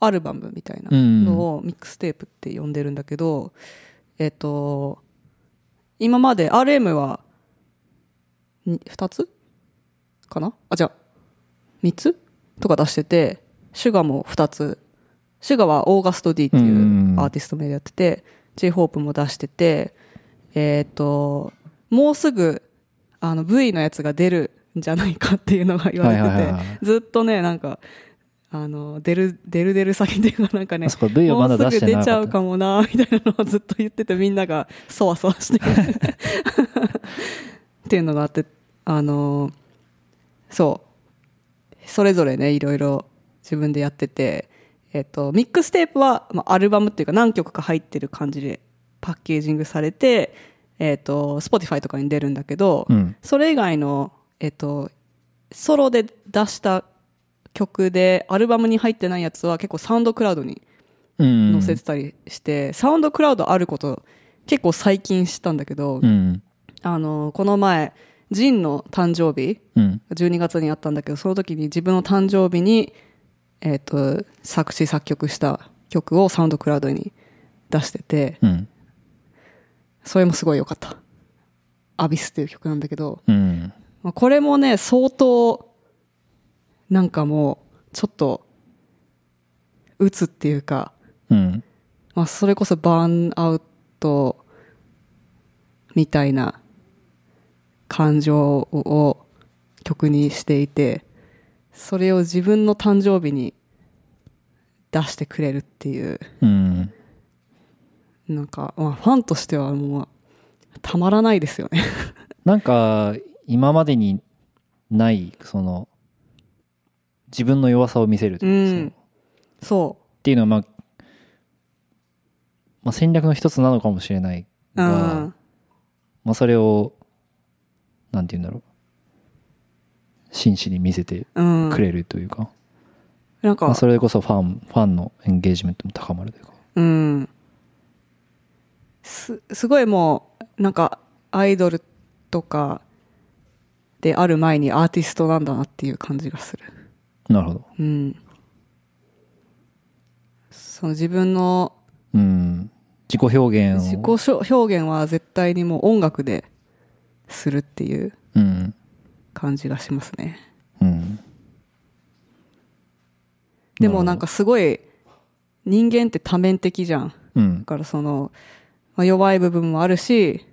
アルバムみたいな
うん
のをミックステープって呼んでるんだけど、えっ、と今まで RM は 2, つかなあじゃ3つとか出しててシュガも2つシュガはオーガスト D ってい
ん
う
うん
アーティスト名でやってて j ホープも出しててえっ、ともうすぐあの V のやつが出るんじゃないかっていうのが言われてて、
はいはいはいはい
ずっとねなんかあの出る出る出る詐欺でなんかね
あそこ V をまだ
もうす
出して
ぐ
なか
出
っ
ち
た
ゃうかもな みたいなのをずっと言っててみんながそわそわして っていうのがあってあのそうそれぞれねいろいろ自分でやってて、えっと、ミックステープは、まあ、アルバムっていうか何曲か入ってる感じでパッケージングされて、えっと、Spotify とかに出るんだけど、
うん
それ以外の、えっと、ソロで出した曲でアルバムに入ってないやつは結構サウンドクラウドに
うん
載せてたりして、サウンドクラウドあること結構最近知ったんだけど、
うん
あのこの前ジンの誕生日
うん
12月にあったんだけどその時に自分の誕生日に、えっと作詞作曲した曲をサウンドクラウドに出してて
うん
それもすごい良かった「アビス」っていう曲なんだけど
うん
まあこれもね、相当、なんかもう、ちょっと、打つっていうか、
うん。
まあ、それこそバーンアウトみたいな感情を曲にしていてそれを自分の誕生日に出してくれるっていう
うん。
なんか、まあ、ファンとしてはもうたまらないですよね
なんか、今までにない、その、自分の弱さを見せるというか
うん
その
そ、
っていうのは、まあ、まあ、戦略の一つなのかもしれない
う
うが、
ん、
まあ、それを、なんて言うんだろう。真摯に見せて
うん、
くれるというか、
なんか、
まあ、それこそファン、ファンのエンゲージメントも高まるというか。
うん。す、すごいもう、なんか、アイドルとかである前にアーティストなんだなっていう感じがする。
なるほど。
うん。その自分の
うん。自己表現を。
自己表現は絶対にもう音楽でするっていう
うん。
感じがしますね。
うん。
でもなんかすごい、人間って多面的じゃん。
うん
だ。からその、まあ、弱い部分もあるし、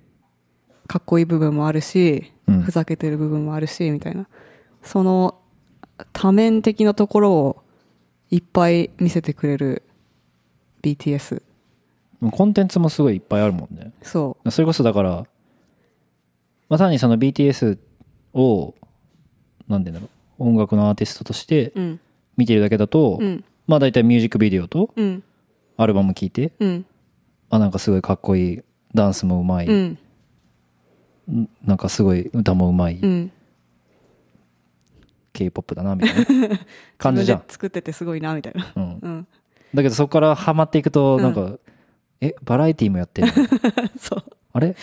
かっこいい部分もあるし、
うん
ふざけてる部分もあるし、みたいな。その多面的なところをいっぱい見せてくれる BTS。
コンテンツもすごいいっぱいあるもんね。
そ
それこそだから、まあ、単にその BTS を、なんて言うんだろう、音楽のアーティストとして
う。うん。
見てるだけだと、
うん。
まあ大体ミュージックビデオと
うん。
アルバム聴いて、
うん。
あ、なんかすごいかっこいい、ダンスもうまい、
うん。
なんかすごい歌もうまい、
うん。
K-POP だな、みたい な感じじゃ
自
ん
分。で作っててすごいな、みたいな。
うん、
うん。
だけどそこからハマっていくと、
うん
なんか、え、バラエティも やってるの
そう。
あれ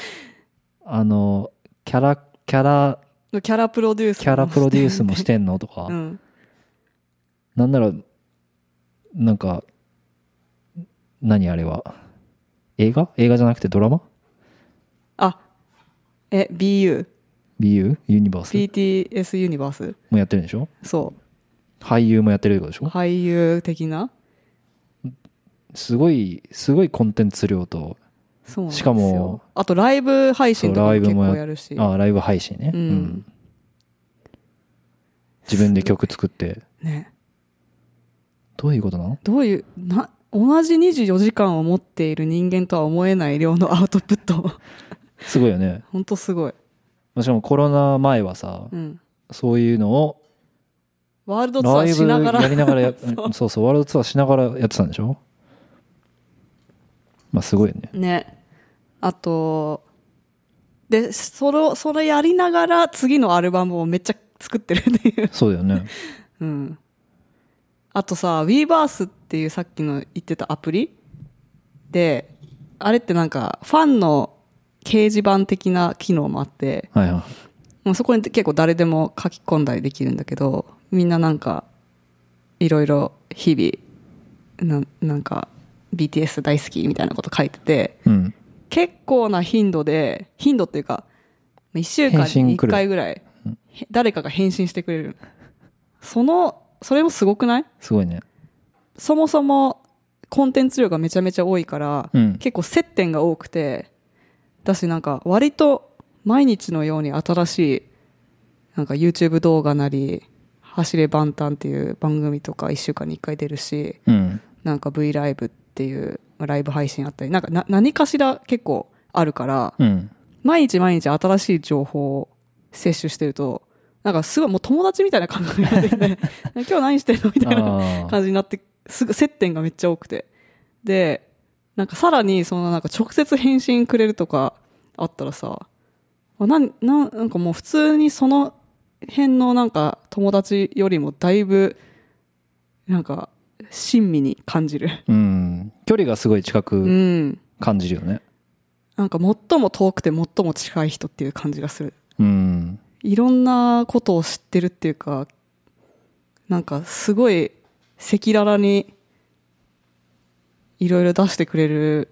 あの、キャラ、キャラ、
キャラプロデュース。
キャラプロデュースもしてんのとか、
うん。
なんなら、なんか、何あれは。映画映画じゃなくてドラマ
あ、え、BU。
?BU? ユニバース
BTS ユニバース。
もやってるんでしょ
そ
俳優もやってるってことでし
う。
ょ
俳優的な
すごい、すごいコンテンツ量と、
そうなんですよ
しかも
あとライブ配信とかも
そうライ
結
ブもや
構やるし
あライブ配信ね。
うん
自分で曲作って、
ね
どういうことなの
どういうな同じ24時間を持っている人間とは思えない量のアウトプット
すごいよね。
本当すごい、
しかもコロナ前はさ
う、ん、
そういうのを
ワールドツア
ラ
ー
イ
し
ブ
ながら
やりながらや
そう
そうそうワールドツアーしながらやってたんでしょまあすごいよね
ねあとでそれをそれやりながら次のアルバムをめっちゃ作ってるっていう
そうだよね
うんあとさ WeBirth っていうさっきの言ってたアプリであれってなんかファンの掲示板的な機能もあって
はいはい
もうそこに結構誰でも書き込んだりできるんだけどみんななんかいろいろ日々ななんか BTS 大好きみたいなこと書いてて
うん
結構な頻度で頻度っていうか1週間
返信
に
来
1
る
回ぐらいへ誰かが返信してくれるそのそれもすごくない
すごいね
そもそもコンテンツ量がめちゃめちゃ多いから、
うん
結構接点が多くてだしなんか割と毎日のように新しいなんか YouTube 動画なり「走れ万端」っていう番組とか1週間に1回出るし
うん
なんか V ライブっていうまあライブ配信あったりなんかな何かしら結構あるから
うん
毎日毎日新しい情報を摂取してるとなんかすごいもう友達みたいな感覚になってきて今日何してんのみたいな
あ あ
感じになって、すぐ接点がめっちゃ多くて。で、なんかさらに、そのなんか直接返信くれるとかあったらさ、あなん、なん、なんかもう普通にその辺のなんか友達よりもだいぶ、なんか、親身に感じる。
うん距離がすごい近
う
く
ん。
感じるよね
なんか最も遠くて最も近い人っていう感じがする。
うん
いろんなことを知ってるっていうか、なんかすごい赤裸々にいろいろ出してくれる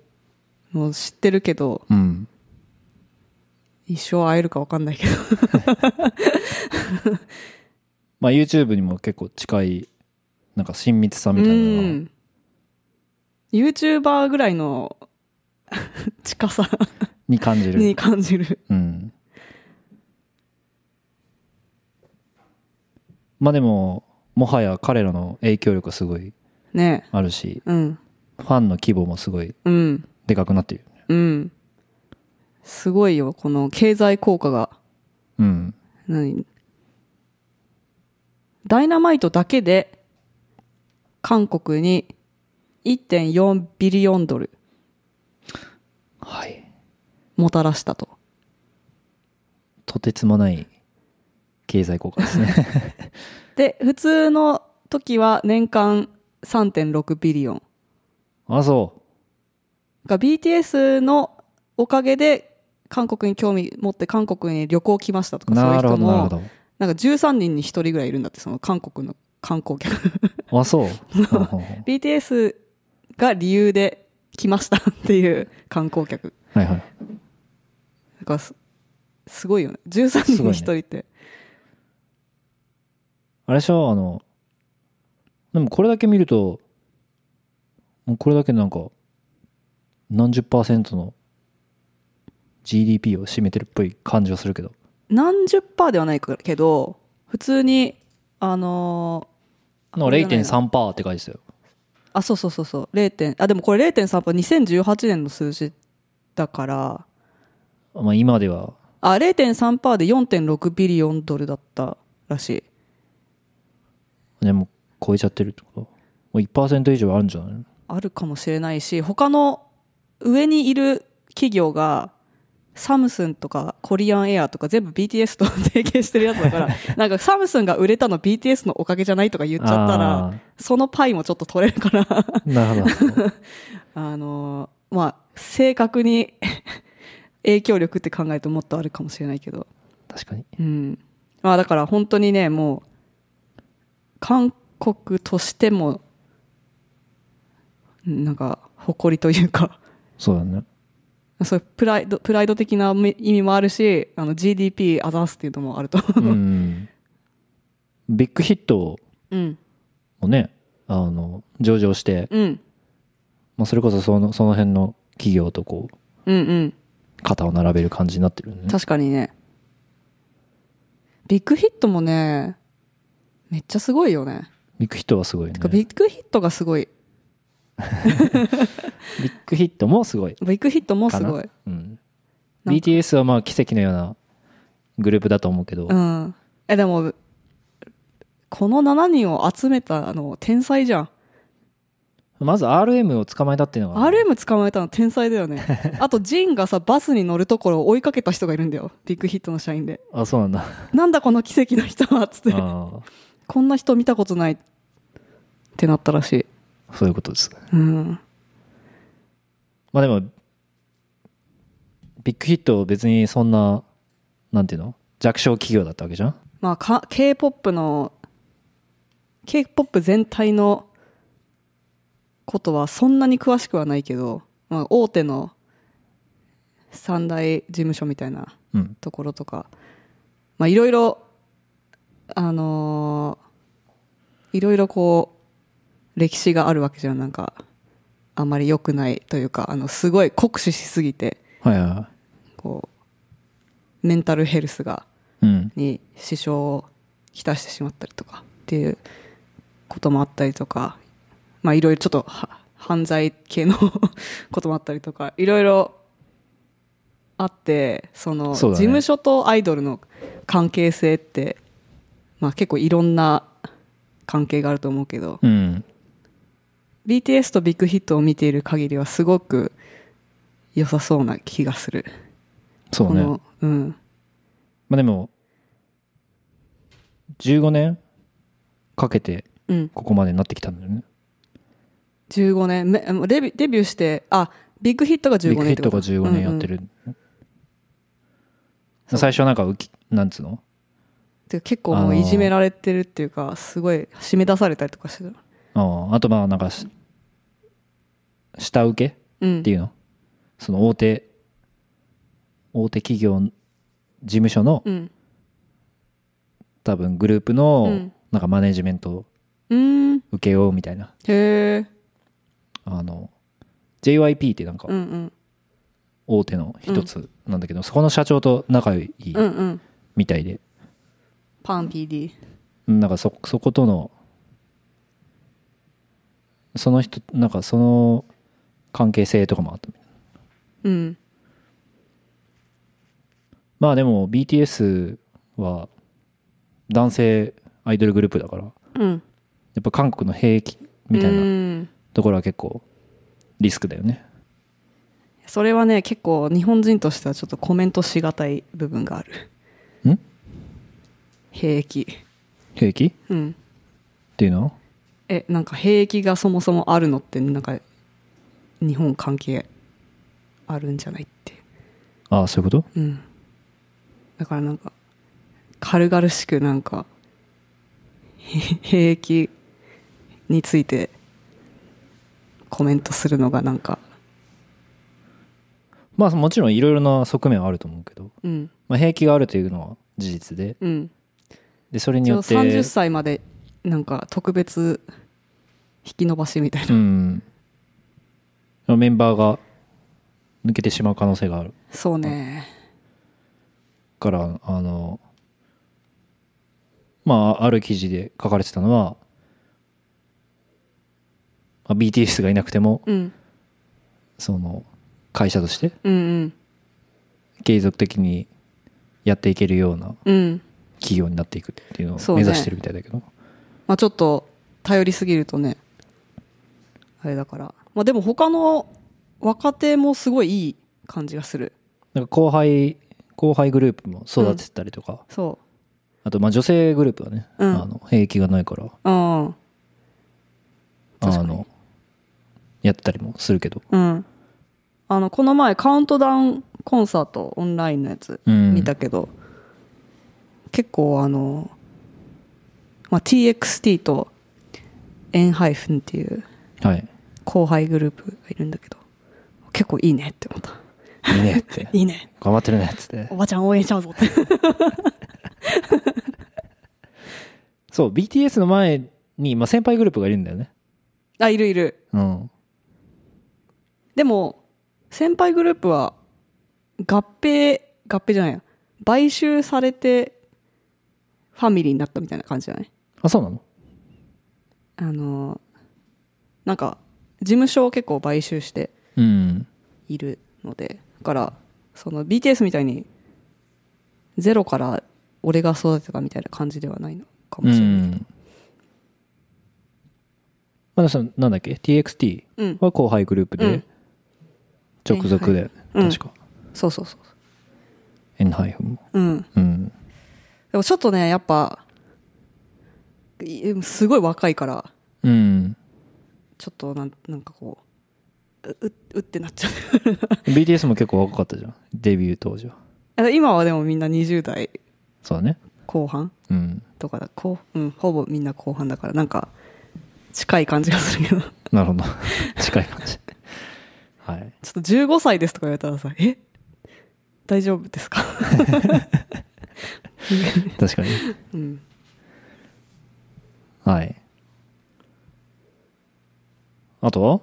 のを知ってるけど、
うん
一生会えるかわかんないけど。
まあ YouTube にも結構近いなんか親密さみたいなのが
うん YouTuber ぐらいの 近さ
に感じ
に
る。
感じる。
うん。まあでも、もはや彼らの影響力すごい
ね
あるし、
うん。
ファンの規模もすごい
うん。
でかくなってる。
うん。すごいよ、この経済効果が。
うん。
何ダイナマイトだけで、韓国に1.4ビリオンドル
はい。
もたらしたと。
とてつもない経済効果です ね。
で、普通の時は年間3.6ビリオン。
あ、そ
が BTS のおかげで韓国に興味持って韓国に旅行来ましたと
う。
かそうい
な
う
るほ
人
ど、なるほ
も
ど。
なんか13人に1人ぐらいいるんだってその韓国の観光客
あ、そう。ほうほうほう
BTS が理由で来ましたっていう観光客
はいはい。
なんかすすごいよね13人に1人って、
あれでしょあの、でもこれだけ見ると、もうこれだけなんか、何十パーセントの GDP を占めてるっぽい感じはするけど。
何十パーではないけど普通にあのー
の
あれじゃないな
0.3%パーって書いてたよ。
あそうそうそうそう0点あでもこれ0.3パー2018年の数字だから
まあ今では、
あ、0.3%で4.6ビリオンドルだったらしい。
でも超えちゃってるってこともう1%以上あるんじゃないの
あるかもしれないし、他の上にいる企業が、サムスンとかコリアンエアとか全部 BTS と提携してるやつだ から、なんかサムスンが売れたの BTS のおかげじゃないとか言っちゃった
あ
ら、そのパイもちょっと取れるから、
ーなるほど。
あのーまあ、正確に 影響力って考えるともっとあるかもしれないけど。
確かに。
うん、まあだから本当にねもう韓国としてもなんか誇りというか
そうだね。
そういうプライドプライド的な意味もあるしあの GDP あざすっていうのもあると
うん。ビッグヒット
うん
もね、あの、上場して、
うん
まあそれこそその、その辺の企業とこう、
うんうん
肩を並べる感じになってるよね。
確かにねビッグヒットもねめっちゃすごいよね
ビッグヒットはすごいね
て。かビッグヒットがすごい
ビッグヒットもすごい。
ビッグヒットも
か
す
な
ごい
うん、
なんか
BTS はまあ奇跡のようなグループだと思うけど、
うん。え、でも、この7人を集めたあの天才じゃん。
まず RM を捕まえたっていうのが、
RM 捕まえたの天才だよね。 あと、ジンがさ、バスに乗るところを追いかけた人がいるんだよ。ビッグヒットの社 員で。
あ、そうなんだ。
なんだこの奇跡の人はつって。
あ
こんな人見たことないってなったらしい。
ーそういうことです。
うん。
まあでも、ビッグヒットは別にそんな、なんていうの弱小企業だったわけじゃん
まあ、か K-POP の、K-POP 全体のことはそんなに詳しくはないけど、まあ、大手の三大事務所みたいな
うん。
ところとか、まあ、いろいろ、あのーいろいろこう、歴史があるわけじゃん、なんか、あまり良くないというか、あの、すごい酷使しすぎて、
はいは
こう、メンタルヘルスが、
い。うん。
に支障をきたしてしまったりとかっていうこともあったりとか、まあ、いろいろちょっとは犯罪系のこともあったりとかいろいろあってその
そうだ
事
ね
務所とアイドルの関係性って、まあ、結構いろんな関係があると思うけど、
うん。
BTS とビッグヒットを見ている限りはすごく良さそうな気がする。
そう
こ
ね。
のうん
まあでも、15年かけて
うん
ここまでになってきたんだよね。
15年めデビューデビューしてあビッグヒットが
ビッ
15
グヒ
年っ
ッ
て
ト
こ
が
と
15年やって
うんうん
る。最初はなんか浮き、なんつうの
てか結構もういじめられてるっていうかすごい締め出されたりとかしてた
あああとまあなんかし、下請け
うん
っていうの、その大手、大手企業、事務所の
うん
多分グループ
う
の
ん
なんかマネジメントを
うーん
請け負うみたいな、
へえ
あの、 JYP ってなんか
うんうん
大手の一つなんだけど、そこの社長と仲いい
うんうん
みたいで、
パン PD
なんかそそことのその人なんかその関係性とかもあった
うん
まあでも BTS は男性アイドルグループだからや
うん
っぱ韓国の兵役みたいな
な
ところは結構リスクだよね
それはね結構日本人としてはちょっとコメントしがたい部分がある
ん
兵役
兵役っ
うん
ていうの
えなんか兵役がそもそもあるのってなんか日本関係あるんじゃないって
ああそういうこと
うんだからなんか軽々しくなんか へ兵役についてコメントするのがなんか
まあもちろんいろいろな側面はあると思うけど、
うん
まあ、兵役があるというのは事実で
うん
でそれに
一
よ
応
って
30歳までなんか特別引き延ばしみたいな
うんメンバーが抜けてしまう可能性がある
そうね
からあのまあある記事で書かれてたのはまあ BTS がいなくても
うん
その会社として
うん
継続的にやっていけるような
うんうん
企業になっていくっていうの
そ
を
う
目
ね
指してるみたいだけど、
まあちょっと頼りすぎるとねあれだからまあでも他の若手もすごいいい感じがする
なんか後輩後輩グループも育ててたりとか、
そ
あとまあ女性グループはね、
うん
あの兵役がないから
ううん確
あ
かに
のやってたりもするけど、
うんあのこの前カウントダウンコンサートオンラインのやつ
うん、
見たけど、結構あの、まあ、TXT とエンハイフンっていう
はい
後輩グループがいるんだけど結構いいねって思った
いいねって
いいね
頑張ってるねっつって
おばちゃん応援しちゃうぞって
そう BTS の前に、まあ、先輩グループがいるんだよね
あいるいる
うん
でも先輩グループは合併合併じゃないや買収されてファミリーになったみたいな感じじゃない
あそうなの
あのなんか事務所を結構買収して
うん
いるのでだからその BTS みたいにゼロから俺が育てたみたいな感じではないのかも
う
しれない、
んまあそのなんだっけ TXT
うん
は後輩グループ
う
で
ん
直属で、
うん
確か、
そうそうそう
エンハイフも
うん
うん
でもちょっとねやっぱいすごい若いから
うん
ちょっとなんなんかこううううってなっちゃう
BTS も結構若かったじゃんデビュー当時は
あの今はでもみんな20代
そうだね
後半
うん
とかだこう、うん、ほぼみんな後半だからなんか近い感じがするけどちょっ
なるほど 近い感じはい
と15歳ですとか言われたらさえ大丈夫ですか
確かに
うん
はいあとは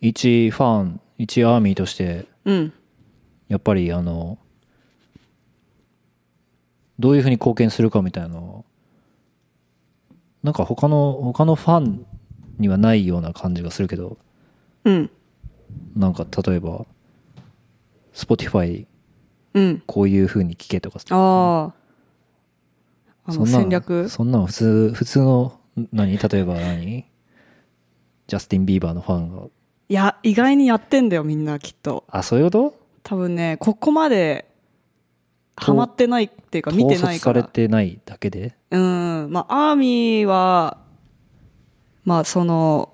一ファン一アーミーとして
うん
やっぱりあのどういうふうに貢献するかみたいなのなんか他の他のファンにはないような感じがするけど
うん
なんか例えば Spotify
うん
こういうふうに聞けとか
あああ
そ
の
んなの
戦略
そんなの普通普通の何例えば何ジャスティン・ビーバーのファンが
いや意外にやってんだよみんなきっと
あそういうこと
多分ねここまでハマってないっていうか見てないか
され
ら
てないだけで
うんまあアーミーはまあその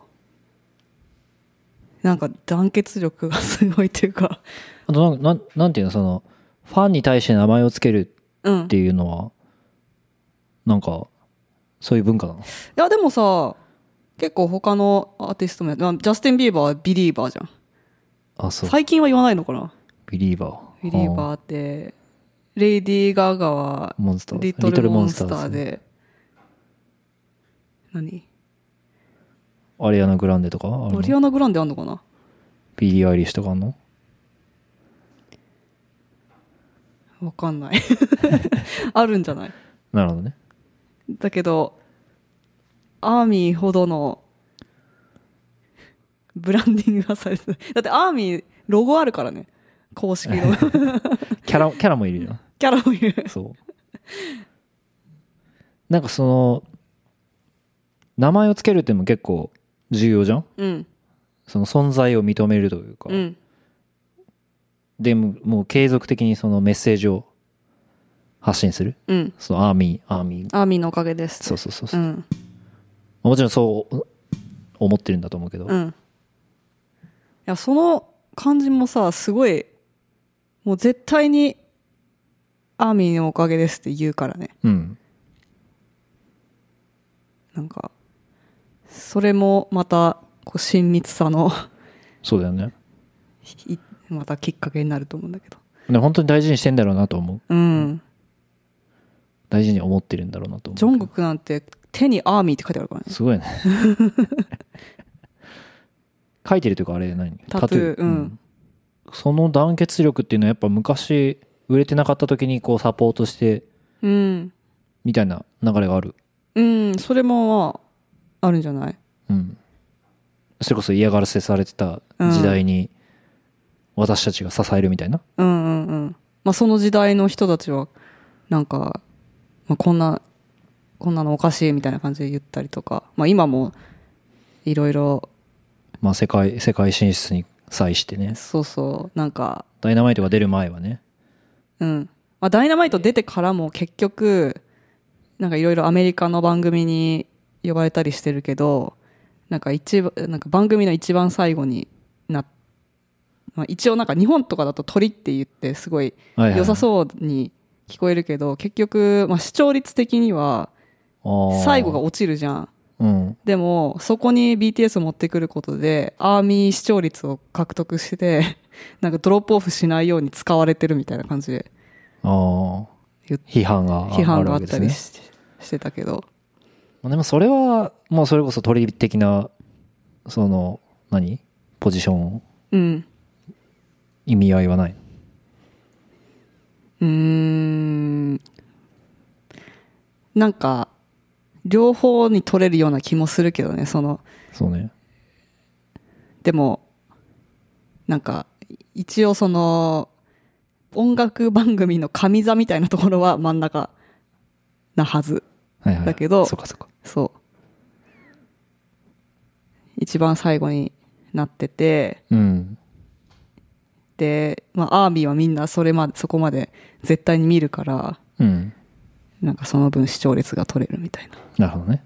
なんか団結力がすごいっていうか
あとなんなんなんていうのそのファンに対して名前をつける
うん
っていうのはなんかそういう文化なの
いやでもさ結構他のアーティストもやってまあジャスティン・ビーバーはビリーバーじゃん
あそう
最近は言わないのかな
ビリーバー
ビリー
あ
バーってレイディー・ガガは
モンスター
リトル・モンスターで何
アリアナ・グランデとかある
オリ
の
オナグランデあんのかな
ビリー・アイリッシュとかあんの
わかん ないあるんじゃない
なるほどね
だけどアーミーほどのブランディングはされてないだってアーミーロゴあるからね公式の
キャラキャラもいるじゃん
キャラもいる
そう。なんかその、名前をつけるっても結構重要じゃん
うん
その存在を認めるというか。
うん
でも、もう継続的にそのメッセージを発信する。
うん
そのアーミー、アーミー。
アーミーのおかげです
そうそうそうそうう。
ん
もちろんそう思ってるんだと思うけど。
うんいやその感じもさすごいもう絶対にアーミーのおかげですって言うからね
うん。
なんかそれもまたこう親密さの
そうだよね。
いまたきっかけになると思うんだけど
で本当に大事にしてんだろうなと思う。
うん
大事に思ってるんだろうなと思う。
ジョングクなんて手にアーミーって書いてあるからね
すごいね。書いてるというかあれ何
タトゥーうん
その団結力っていうのはやっぱ昔売れてなかった時にこうサポートして
うん
みたいな流れがある。
うんそれもまああるんじゃない
うん。それこそ嫌がらせされてた時代に私たちが支えるみたいな。
うんうんうんまあその時代の人たちはなんか、まあ、こんなこんなのおかしいみたいな感じで言ったりとかまあ今もいろいろ
まあ世界、世界進出に際してね。
そうそうなんか
ダイナマイトが出る前はね。
うん。まあ、ダイナマイト出てからも結局、なんかいろいろアメリカの番組に呼ばれたりしてるけど、なんか一番、なんか番組の一番最後にな、まあ、一応なんか日本とかだと鳥って言ってすごい
はいはい、
良さそうに聞こえるけど、結局、まあ、視聴率的には
う
最後が、落ちるじゃん。
うん。
でも、そこに BTS を持ってくることで、アーミー視聴率を獲得して、 なんかドロップオフしないように使われてるみたいな感じで
ああ。
言って
批判が
批判
る
があ
わ
っ
けで
た
すね
りし,、てたけど
まあでもそれは、もうそれこそ鳥的な、その、何ポジション、
うん
意味合いはない。
うーんなんか両方に取れるような気もするけどねその
そうね。
でもなんか一応その音楽番組の神座みたいなところは真ん中なはず
はいはい。
だけど
そうかそうか。
そう一番最後になってて
うん。
で、まあ、アーミーはみんなそれまでそこまで絶対に見るから
うん。
なんかその分視聴率が取れるみたいな
なるほどね。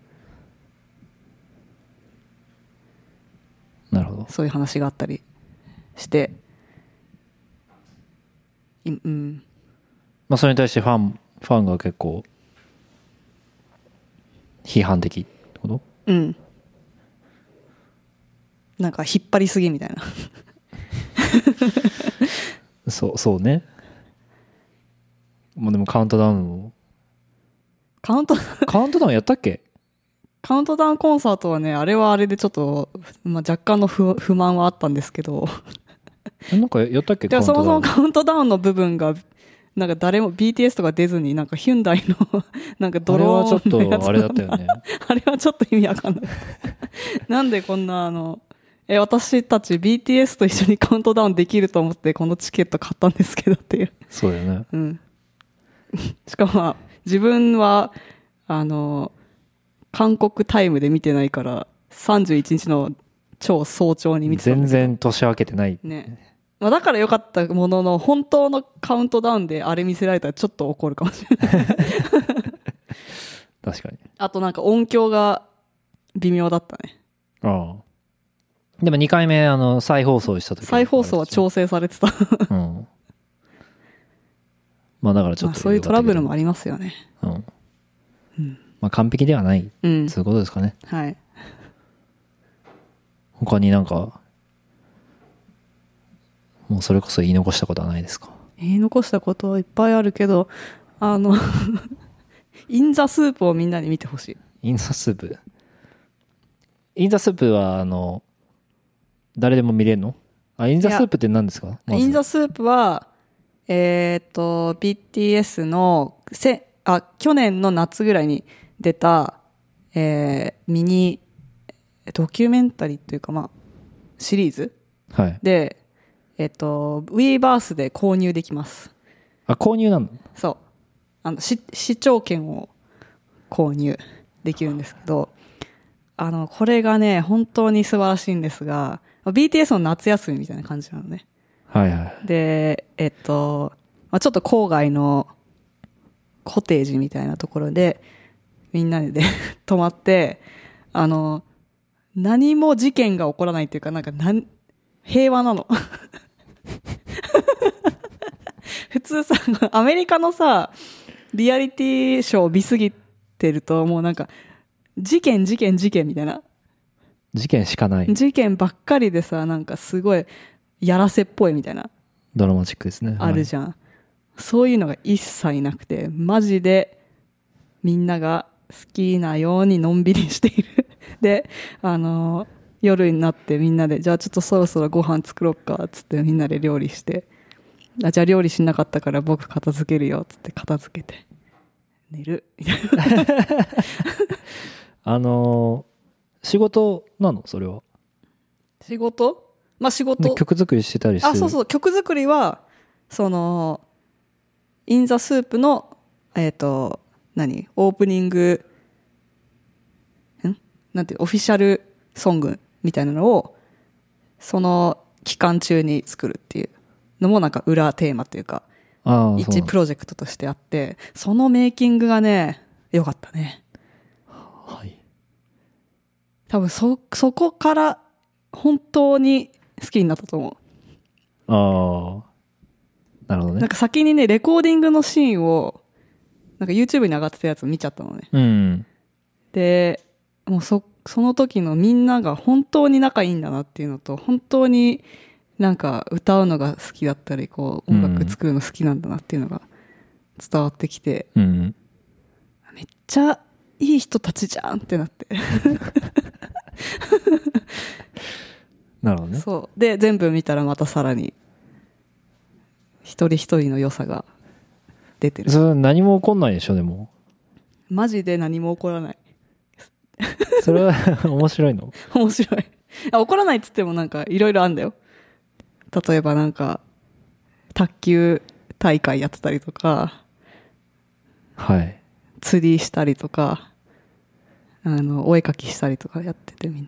なるほど。
そういう話があったりしていうん
まあそれに対してファン、ファンが結構、批判的ってこと
うんなんか引っ張りすぎみたいな
そう、そうね。まあでもカウントダウンも、
カウント
カウントダウンやったっけ
カウントダウンコンサートはねあれはあれでちょっと、まあ、若干の不不満はあったんですけど
えなんかやったっけ
でも
カウ
そ
ン
もそも
トダウン
カウントダウンの部分がなんか誰も BTS とか出ずになんかヒュンダイの なんかドローンのやつ
あれはちょっとあれだったよね
あれはちょっと意味わかんない なんでこんなあのえ私たち BTS と一緒にカウントダウンできると思ってこのチケット買ったんですけどっていう、
そうだよね。
うん、しかもまあ自分はあの韓国タイムで見てないから31日の超早朝に見てたんだけど
全然年明けてない。
ね。まあ、だから良かったものの、本当のカウントダウンであれ見せられたらちょっと怒るかもし れない。
確かに。
あとなんか音響が微妙だったね。
ああ。でも2回目、あの、再放送した時
再放送は調整されてた。
うん。まあだからちょ
ま
っ
あ、
と。
そういうトラブルもありますよね。
うん。まあ完璧ではない。
うん。
そういうことですかね。
はい。
他になんか、もうそれこそ言い残したことはないですか。
言い残したことはいっぱいあるけど、 あの、インザスープをみんなに見てほしい。
インスタスープ。インザスープは、あの、誰でも見れるのあ、インザスープって何ですかまず
インザスープは、えっ、と、BTS の、せ、あ、去年の夏ぐらいに出た、えーミニ、ドキュメンタリーというか、まあ、シリーズ
はい。
で、えっ、と、WeBirth で購入できます。
あ、購入なの
そう。あの、し視聴券を購入できるんですけど、あの、これがね、本当に素晴らしいんですが、BTS の夏休みみたいな感じなのね。
はいはい。
で、えっと、まあ、ちょっと郊外のコテージみたいなところで、みんなで 泊まって、あの、何も事件が起こらないっていうか、なんかなん、平和なの。 普通さ、アメリカのさ、リアリティショーを見すぎてると、もうなんか、事件、事件、事件みたいな。
事件しかない。
事件ばっかりでさ、なんかすごい、やらせっぽいみたいな。
ドラマチックですね。
ある
ゃ
じゃん、そういうのが一切なくてマジでみんなが好きなようにのんびりしている であの夜になってみんなでじゃあちょっとそろそろご飯作ろっかっつってみんなで料理してあじゃあ料理しなかったから僕片付けるよっつって片付けて寝るみたいな
あのー仕事なのそれは。
仕事まあ仕
で
事
曲作りしてたりして
あそうそう曲作りはそのイン・ザ・スープのえっ、と何オープニングんなんていうオフィシャルソングみたいなのをその期間中に作るっていうのもなんか裏テーマというか
ああ、そう
一
なんだ
プロジェクトとしてあってそのメイキングがね良かったね
はい。
多分そそこから本当に好きになったと思う
ああ。なるほど
な
ね
ん。か先にね、レコーディングのシーンを、なんか YouTube に上がってたやつ見ちゃったのね。
うん。
で、もうそ、その時のみんなが本当に仲いいんだなっていうのと、本当になんか歌うのが好きだったり、こう、音楽作るの好きなんだなっていうのが伝わってきて、
うん。
めっちゃいい人たちじゃんってなって。
なるほどね。
そう。で、全部見たらまたさらに、一人一人の良さが出てる。
それ何も起こんないでしょ、でも。
マジで何も起こらない。
それは面白いの。
面白い。あ怒らないっつってもなんかいろいろあんだよ。例えばなんか、卓球大会やってたりとか、
はい。
釣りしたりとか、あの、お絵かきしたりとかやっててみん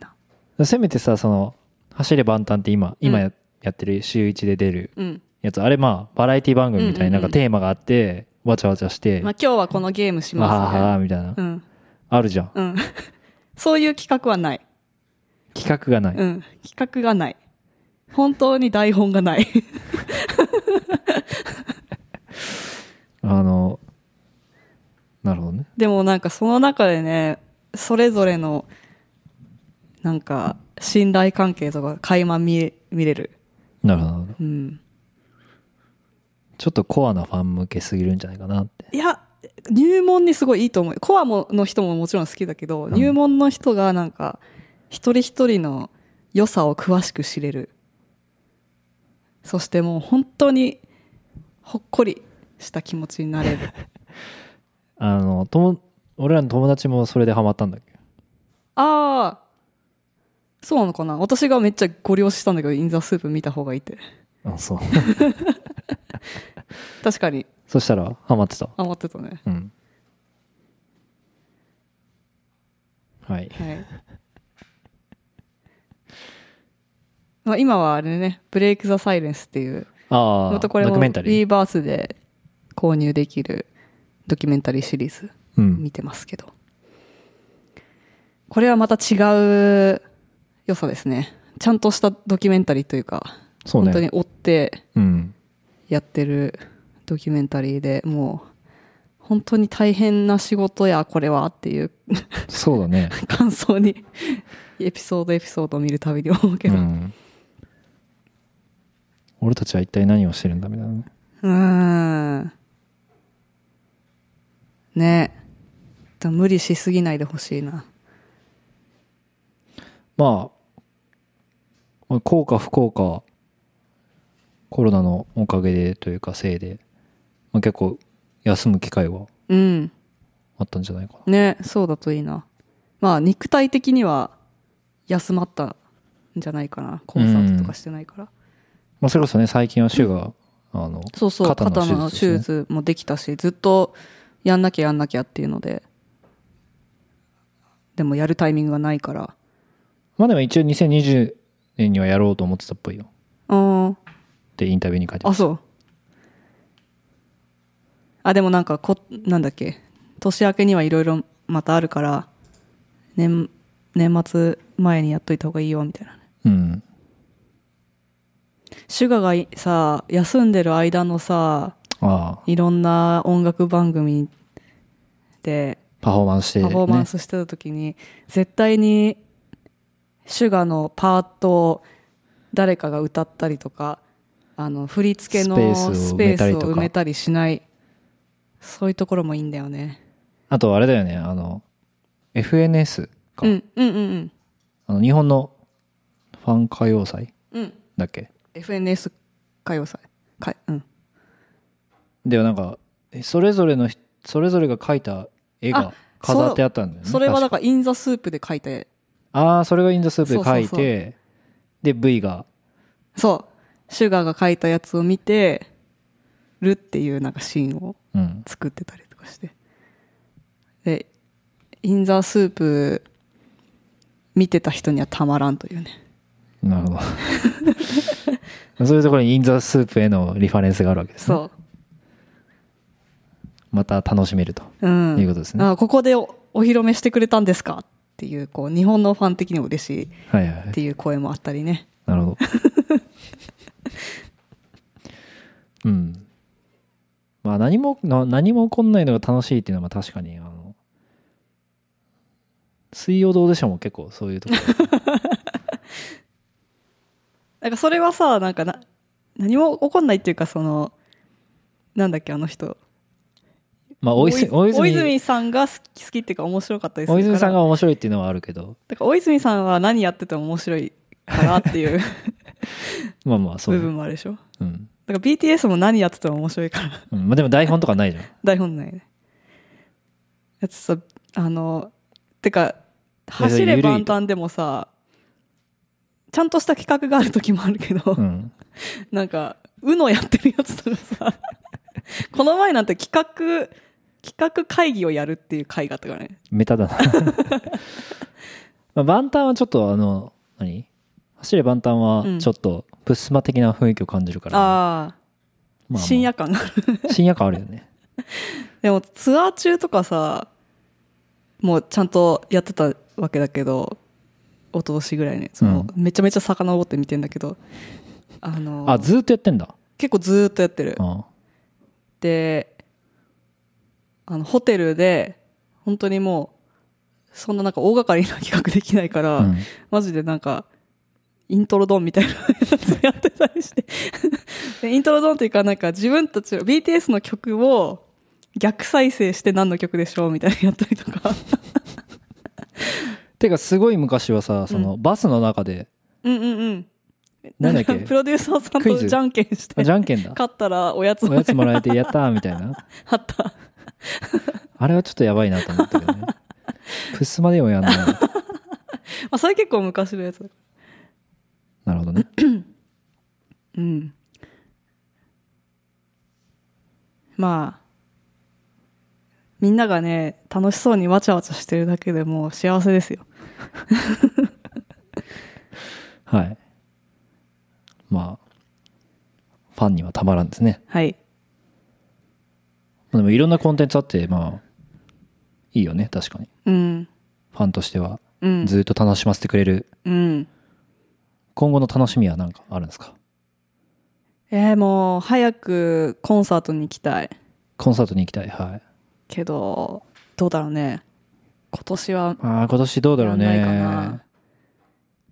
な。
せめてさ、その、走れ万端って今、今
うん
ややってる週1で出る
うん。
やつ、あれまあ、バラエティ番組みたいに
うん
な
うんんうん
かテーマがあって、わちゃわちゃして、
まあ今日はこのゲームし
わは
ますみたい
は
な
はみたいな
う。ん。
あるじゃん。
うん。 そういう企画はない。
企画がない。
うん。企画がない。本当に台本がない。
あの、なるほどね。
でもなんかその中でね、それぞれの、なんか、信頼関係とか垣間見え見れる。
なるほどなるほど。
うん。
ちょっとコアなファン向けすぎるんじゃないかなって。
いや、入門にすごいいいと思う。コアもの人ももちろん好きだけど、
ん
入門の人がなんか、一人一人の良さを詳しく知れる。そしてもう本当に、ほっこりした気持ちになれる。
あの、とも、俺らの友達もそれでハマったんだっけ
ああ、そうなのかな私がめっちゃご了承したんだけど、インザスープ見た方がいいって。
あ、そう。
確かに、
そしたら、ハマってた。
余ってたね。
うん。はい。
はい。まあ今はあれね、ブレイク・ザ・サイレンスっていう、
あ
ま
あ、
たこれ
ド
も
キュメンタ
w
リ
e
ー。
バースで購入できるドキュメンタリーシリーズ
うん
見。てますけど、これはまた違う良さですねちゃんとしたドキュメンタリーというか
そう
本当に
ね。
追って
うん。
やってるドキュメンタリーでもう本当に大変な仕事やこれはっていう
そうだね。
感想にエピソードエピソードを見るたびに思う け
う
ど、
ん。俺たちは一体何をしてるんだみたいなね。
うーん。ねえ。でも無理しすぎないでほしいな。
まあまあ幸か不幸かコロナのおかげでというかせいで、まあ、結構休む機会は
うん。
あったんじゃないかな
ね、そうだといいな。まあ、肉体的には休まったんじゃないかな。コンサートとかしてないから。
まあ、それこそね最近は週が、あの
そうそう、
肩の
肩の手
手術です
術もできたし、ずっとやんなきゃやんなきゃっていうので、でもやるタイミングがないから。
まあでも一応2020年にはやろうと思ってたっぽいよ
うん。
ってインタビューに書いてあ
あ、そう。あ、でもなんかこ、なんだっけ、年明けにはいろいろまたあるから、年、年末前にやっといた方がいいよ、みたいな。
うん
シュガがいさ、休んでる間のさ、
ああ
いろんな音楽番組で
パフォーマンスして、ね、
パフォーマンスしてた時に、絶対にシュガのパートを誰かが歌ったりとか、あの、振り付けのス
スペ
ペー
ース
ス
を埋めたりとか
を埋めたりしない、そういうところもいいんだよね。
あとあれだよねあの FNS か、
うん、うん、うん、
あの日本のファン歌謡祭
うん。うん。
だっけ
FNS 歌謡祭。かうん。
ではなんかえそれぞれの人それぞれが描いた絵が飾ってあったんだよね
それはだ
確か
から、インザスープで書いて、
ああそれがインザスープで描い
そうそ
て
うそう
で V が
そう、シュガーが書いたやつを見てるっていうなんかシーンを
うん
作ってたりとかして。で、インザースープ見てた人にはたまらんというね。
なるほど そういうところにインザスープへのリファレンスがあるわけですね
そ
また楽しめると
う。うん。
いうことですね
あここでおお披露目してくれたんですかっていう、こう、日本のファン的にも嬉しい
はいはいは
って
い
いう声もあったりね。
な るほどうんまあ何もな何も起こんないのが楽しいっていうのはまあ確かにあの水曜どうでしょうも結構そういうところ
なんかそれはさ、なんかな、何も起こんないっていうか、その、なんだっけ、あの人。
まあ大泉
大
大
泉
泉
さんが好き好きっていうか面白かったでする
大
から
泉さんが面白いっていうのはあるけど
だから大泉さんは何やってても面白いかなっていう
まあま あそう
部
ね
分もあるでしょだ
うん、
から BTS も何やってても面白いから
うんまあ、でも台本と かないじゃん
台本ないねだってさあのてか走れ万端でもさちゃんとした企画がある時もあるけど、
うん
なんか UNO やってるやつとかさこの前なんて企画企画会議をやるっていう会があったからね
メタだな まあ万端はちょっとあの何走れ万端はちょっとプスマ的な雰囲気を感じるから、
ああ、
まあまあ
深夜感がある
深夜感ある よね
でもツアー中とかさもうちゃんとやってたわけだけど一昨年ぐらいねその、めちゃめちゃ遡って見てんだけどあの
あずーっとやってんだ
結構ずーっとやってる
うん
であのホテルで本当にもうそんななんか大掛かりな企画できないから、
うん
マジでなんかイントロドンみたいなやつやってたりして でイントロドンっていうかなんか自分たちの BTS の曲を逆再生して何の曲でしょうみたいなのやったりとか
てかすごい昔はさそのバスの 中で、
うんうんうん
なんだっけ
かプロデューサーさん
クイ
と
ズ
じゃんけんして
あじゃんけんだ
勝ったらおやつ
お
も
やつもらえてやったーみたいな
あった
あれはちょっとやばいなと思ったけ どねプスマでもやんない
あそれ結構昔のやつ
なるほどね
うんまあみんながね楽しそうにわちゃわちゃしてるだけでもう幸せですよ
はいまあファンにはたまらんですね
はい
まあでもいろんなコンテンツあってまあいいよね確かに
うん
ファンとしては
うん
ずっと楽しませてくれる、
うん
今後の楽しみは何かあるんですか
えー、もう早くコンサートに行きたい
コンサートに行きたいはい
けどどうだろうね今年は
あー今年どうだろう
やん
ね
ないかな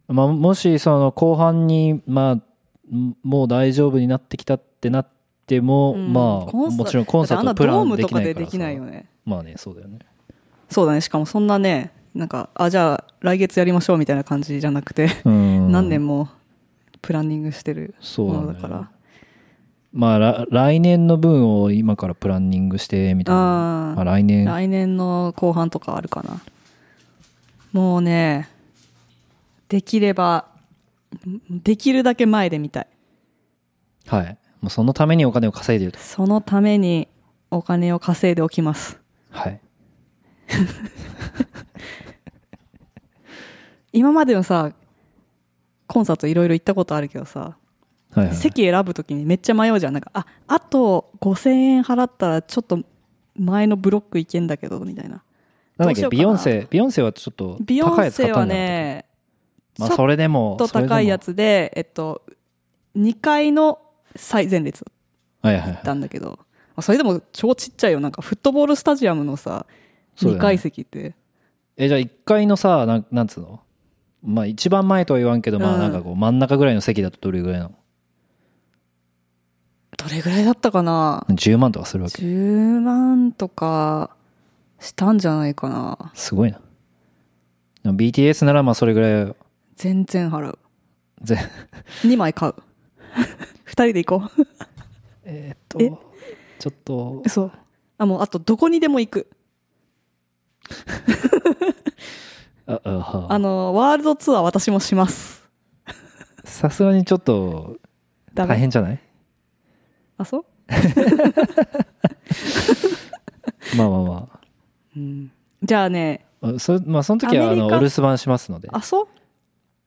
まあ、もしその後半にまあんもう大丈夫になってきたってなっても、
うん
まあ
コンサ
もちろんコンサー
だ
トの
って
プ
あんな
ラ
ドー
ン
ム
で
と
き
か
ない
で
から
で
さ
きないよね
まあねそうだよね
そうだねしかもそんなねなんかあじゃあ来月やりましょうみたいな感じじゃなくて、
うん
何年もプランニングしてる
そう
も
だ,、
の
ね、
だから
まあら来年の分を今からプランニングしてみたいな
あー
まあ、来年
来年の後半とかあるかなもうねできればできるだけ前で見たい
はいもうそのためにお金を稼いでると
そのためにお金を稼いでおきます
はい
今までのさコンサートいろいろ行ったことあるけどさ
はいはい
席選ぶときにめっちゃ迷うじゃんなんかああと5000円払ったらちょっと前のブロック行けんだけどみたいな
な
ど
んだっ
うしよ
け
うかな
ビヨンセビヨンセはちょっと
ビヨ
高いや
ン
つ買
セ
った
は
んだよ
ね
あの時まあそれでも
ちょっと高いや
つ
つでえっと2階の最前列だ
はいはい
っ
は
たんだけど、あそれでも超ちっちゃいよなんかフットボールスタジアムのさ、
そうだよね
2階席って
いえじゃあ1階のさなんなんつうのまあ一番前とは言わんけどま
う
あ
ん
なんかこう真ん中ぐらいの席だとどれぐらいなの
どれぐらいだったかな
10万とかするわけ
10万とかしたんじゃないかな
すごいなでも BTS ならまあそれぐらい
全然払う
ぜ
2枚買う2人で行こう
えーっ
え
とちょっと
そうあもうあとどこにでも行く
ああは
あのワールドツアー私もします
さすがにちょっと
ダメ
大変じゃない
あそう
まあまあまあ
うんじゃあね
あそ,、まあ、その時は
ア
あ
メリカ
のお留守番しますので
あそう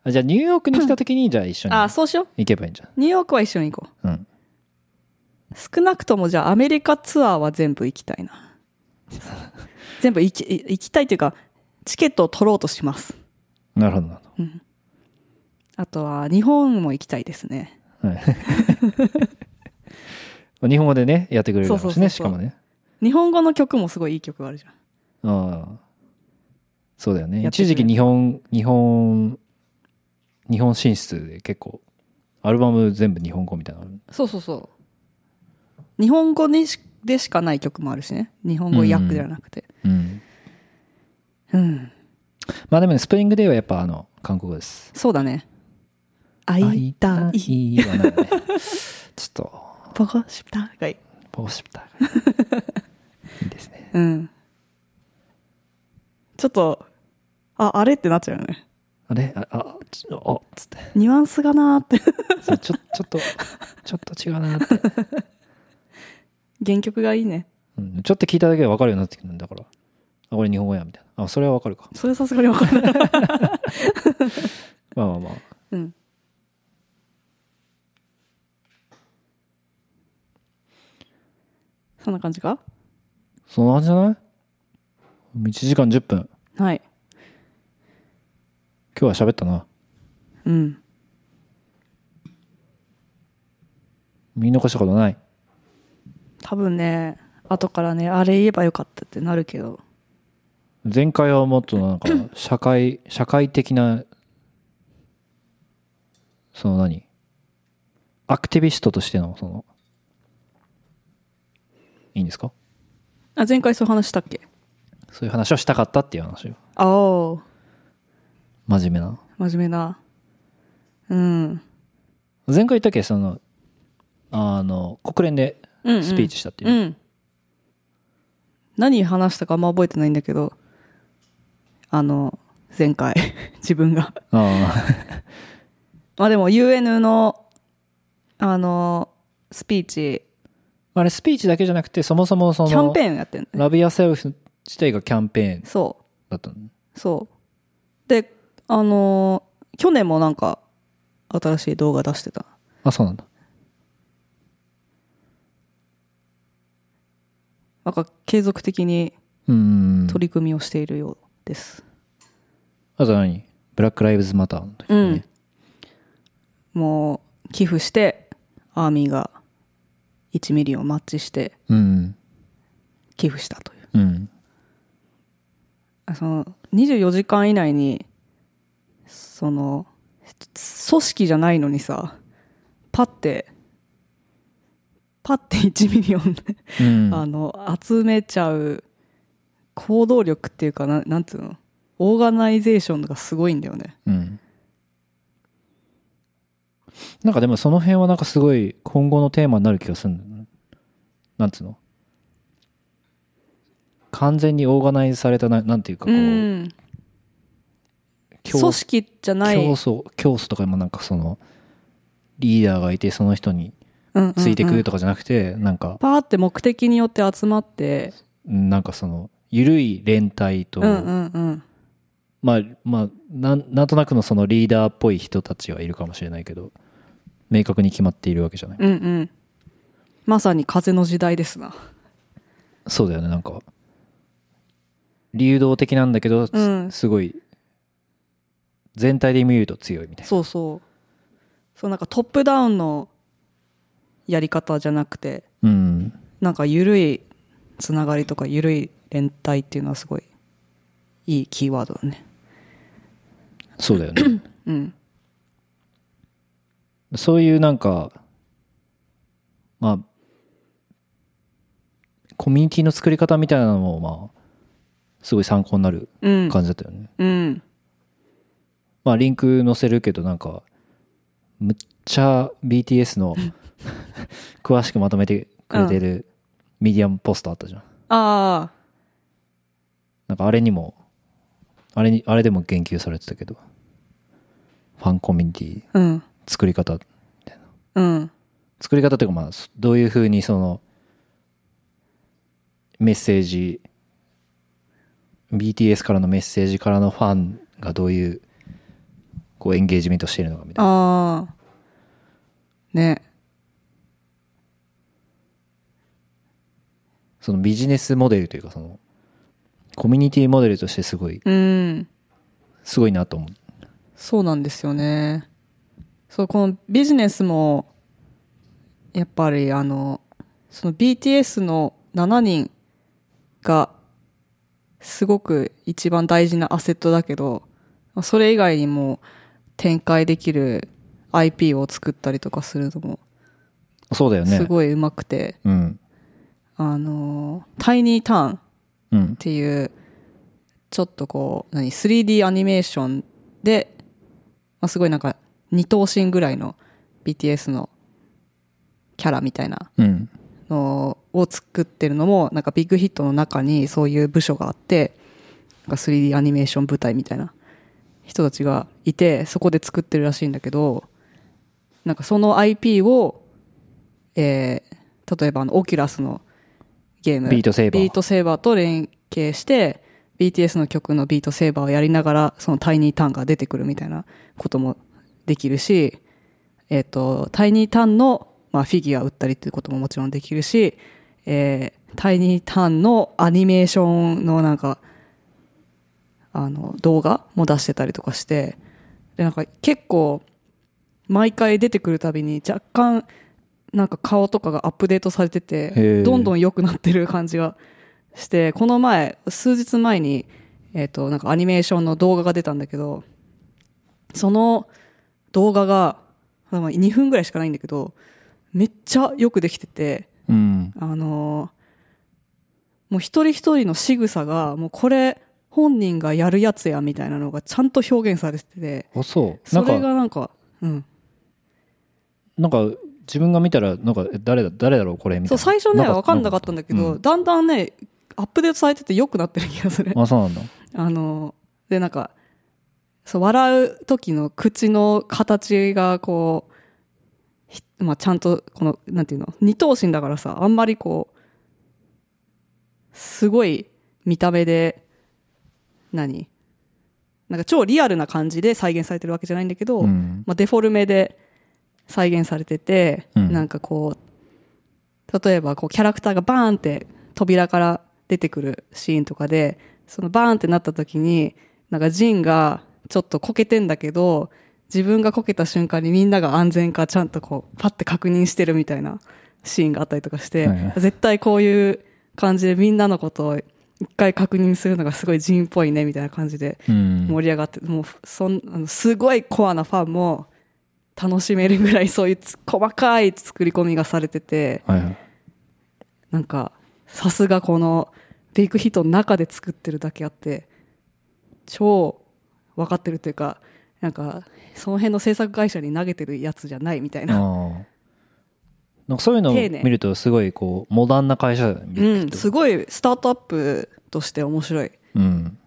あじゃあニューヨークに来た 時にじゃあ一緒に
あそうしよう
行けばいいんじゃ
ニューヨークは一緒に行こ
ん、うん、
う少なくともじゃあアメリカツアーは全部行きたい な全部行き行きたいというかチケットを取ろうとします
なるほどなるほ
あとは日本も行きたいですね
ど、 はい、日本語でねやってくれるだろう
そ
しね
うそうそうそう
しかもね
日本語の曲もすごいいい曲があるじゃん
ああそうだよね
やってくれ
一時期日本日本日本進出で結構アルバム全部日本語みたいなのある
そうそうそう日本語にしでしかない曲もあるしね日本語訳じゃなくて
うん
うん、
まあでもねスプリングデーはやっぱあの韓国語です
そうだね会いたい
いはないねちょっと、
ポコしたがい
帽子みたい。いいですね。
うんちょっとああれってなっちゃうよね
あれあ、あ、ちょあつって。
ニュアンスがなーって
そうちょ、ちょっと、ちょっと違うなって。
原曲がいいね
うん、ちょっと聞いただけで分かるようになってくるんだから。あ、これ日本語や、みたいな。あ、それは分かるか。
それさすがに分からない、
まあまあまあ。
うん、そんな感じか
そんな感じじゃない ?1 時間10分。
はい
今日は喋ったな。
うん
見残したことない。
多分ね後からねあれ言えばよかったってなるけど
前回はもっとな んか、社会、社会的な、その何アクティビストとしての、その、いいんですか
あ前回そういう話したっけ
そういう話をしたかったっていう話よ。
ああ真
真面目な。
面目なうん
前回言ったっけその、あの、国連で
うんうん
スピーチしたっていう。
うん何話したかあんま覚えてないんだけどあの前回 自分が
あ
まあでも UN のあのスピーチ
ああれ、スピーチだけじゃなくて、そもそもその、
キャンペーンやってんのね
ラビアセルフ自体がキャンペーン
そ
だったの。
うそうであの去年もなんか新しい動画出してた
あ、そうなんだ。
なんか継続的に
うん。
取り組みをしているようです、
あと何ブラック・ライブズ・マターの時にね。
もう寄付してアーミーが1ミリをマッチして
うん。
寄付したという
うん。
あその24時間以内にその組織じゃないのにさパッてパッて1ミリオン、
うん。
あの集めちゃう行動力っていうかななんていうのオーガナイゼーションがすごいんだよね。
うん。なんかでもその辺はなんかすごい今後のテーマになる気がするんだよね。なんつうの完全にオーガナイズされたな、なんていうかこう、
うん。
競
組織じゃない。
競争、競争とかにもなんかその、リーダーがいてその人に
うんうんうん
ついてくるとかじゃなくて、なんか、
パーって目的によって集まって、
なんかその、緩い連帯と、
うんうんうん。
まあ、まあ、なんなんとなくのそのリーダーっぽい人たちはいるかもしれないけど、明確に決まっているわけじゃない。
うんうん。まさに風の時代ですな。
そうだよね、なんか、流動的なんだけど、す
うん
すごい、全体で見ると強いみたいな。
そうそう。そうなんかトップダウンのやり方じゃなくて、
うん。
なんか緩いつながりとか緩い連帯っていうのはすごいいいキーワードだね。
そうだ よね。
うん。
そういうなんか、まあ、コミュニティの作り方みたいなのも、まあ、すごい参考になる
うん。
感じだったよね。
うん。
まあ、リンク載せるけど、なんか、むっちゃ BTS の 詳しくまとめてくれてるミディアムポストあったじゃん。
ああ、
なんかあれにも、あれに、あれでも言及されてたけど、ファンコミュニティ
うん。
作り方、
うん。
作り方というかまあ、そどういうふうにその、メッセージ、BTS からのメッセージからのファンがどういう、こうエンゲージメントしているのかみたいな。
ああ。ね。
そのビジネスモデルというかその、コミュニティモデルとしてすごい、
うん。
すごいなと思う。
そうなんですよね。そう、このビジネスも、やっぱりあの、その BTS の7人が、すごく一番大事なアセットだけど、それ以外にも展開できる IP を作ったりとかするのも、
そうだよね。
すごい上手くて、
うん。
あの、タイニーターンっ
うん。
ていう、ちょっとこう、何、3D アニメーションで、まあ、すごいなんか、二等身ぐらいの BTS のキャラみたいな
うん。
のを作ってるのも、なんかビッグヒットの中にそういう部署があって、なんか 3D アニメーション部隊みたいな人たちがいて、そこで作ってるらしいんだけど、なんかその IP を、えー例えばあの、オキュラスのゲーム。
ビートセイバー
ビートセーバーと連携して、BTS の曲のビートセーバーをやりながら、そのタイニーターンが出てくるみたいなこともできるし、えっ、と、タイニーターンの、まあ、フィギュア売ったりということももちろんできるし、えータイニーターンのアニメーションのなんか、あの、動画も出してたりとかして、で、なんか結構、毎回出てくるたびに若干、なんか顔とかがアップデートされて
へ
て、
ー
どんどん良くなってる感じがして、この前、数日前に、えっ、と、なんかアニメーションの動画が出たんだけど、その動画が、まあ2分ぐらいしかないんだけど、めっちゃよくできてて、
うん。
あのーもう一人一人の仕草が、もうこれ本人がやるやつやみたいなのがちゃんと表現されてて、
あ、そう。な
そ
んか
れがなんか、うん。
なんか自分が見たらなんかえ誰だ誰だろうこれみた
そ、
いうな
最初ね、わかんなかったんだけど、
う
だんだんね、アップデートされてて良くなってる気がする。
あそう なんだ
あのーで、なんか、そう、笑う時の口の形がこう、ひまあ、ちゃんと、この、なんていうの、二頭身だからさ、あんまりこう、すごい見た目で、何なんか超リアルな感じで再現されてるわけじゃないんだけど、
うん
まあ、デフォルメで再現されてて、
うん
なんかこう、例えばこうキャラクターがバーンって扉から出てくるシーンとかで、そのバーンってなった時に、なんかジンがちょっとこけてんだけど、自分がこけた瞬間にみんなが安全かちゃんとこう、パッて確認してるみたいなシーンがあったりとかして、
はいはい
絶対こういう感じでみんなのことを一回確認するのがすごいジンっぽいねみたいな感じで
うん
盛り上がって、もうそんあのすごいコアなファンも楽しめるぐらいそういうつ細かい作り込みがされてて
はいはい
なんかさすがこのビッグヒットの中で作ってるだけあって超分かってるというかなんかその辺の制作会社に投げてるやつじゃないみたい
あ
な、
ーなんかそういうのを
丁寧
見るとすごいこうモダンな会社だよねビ
う
ッグ
ん、
って
すごいスタートアップとして面白い、
うん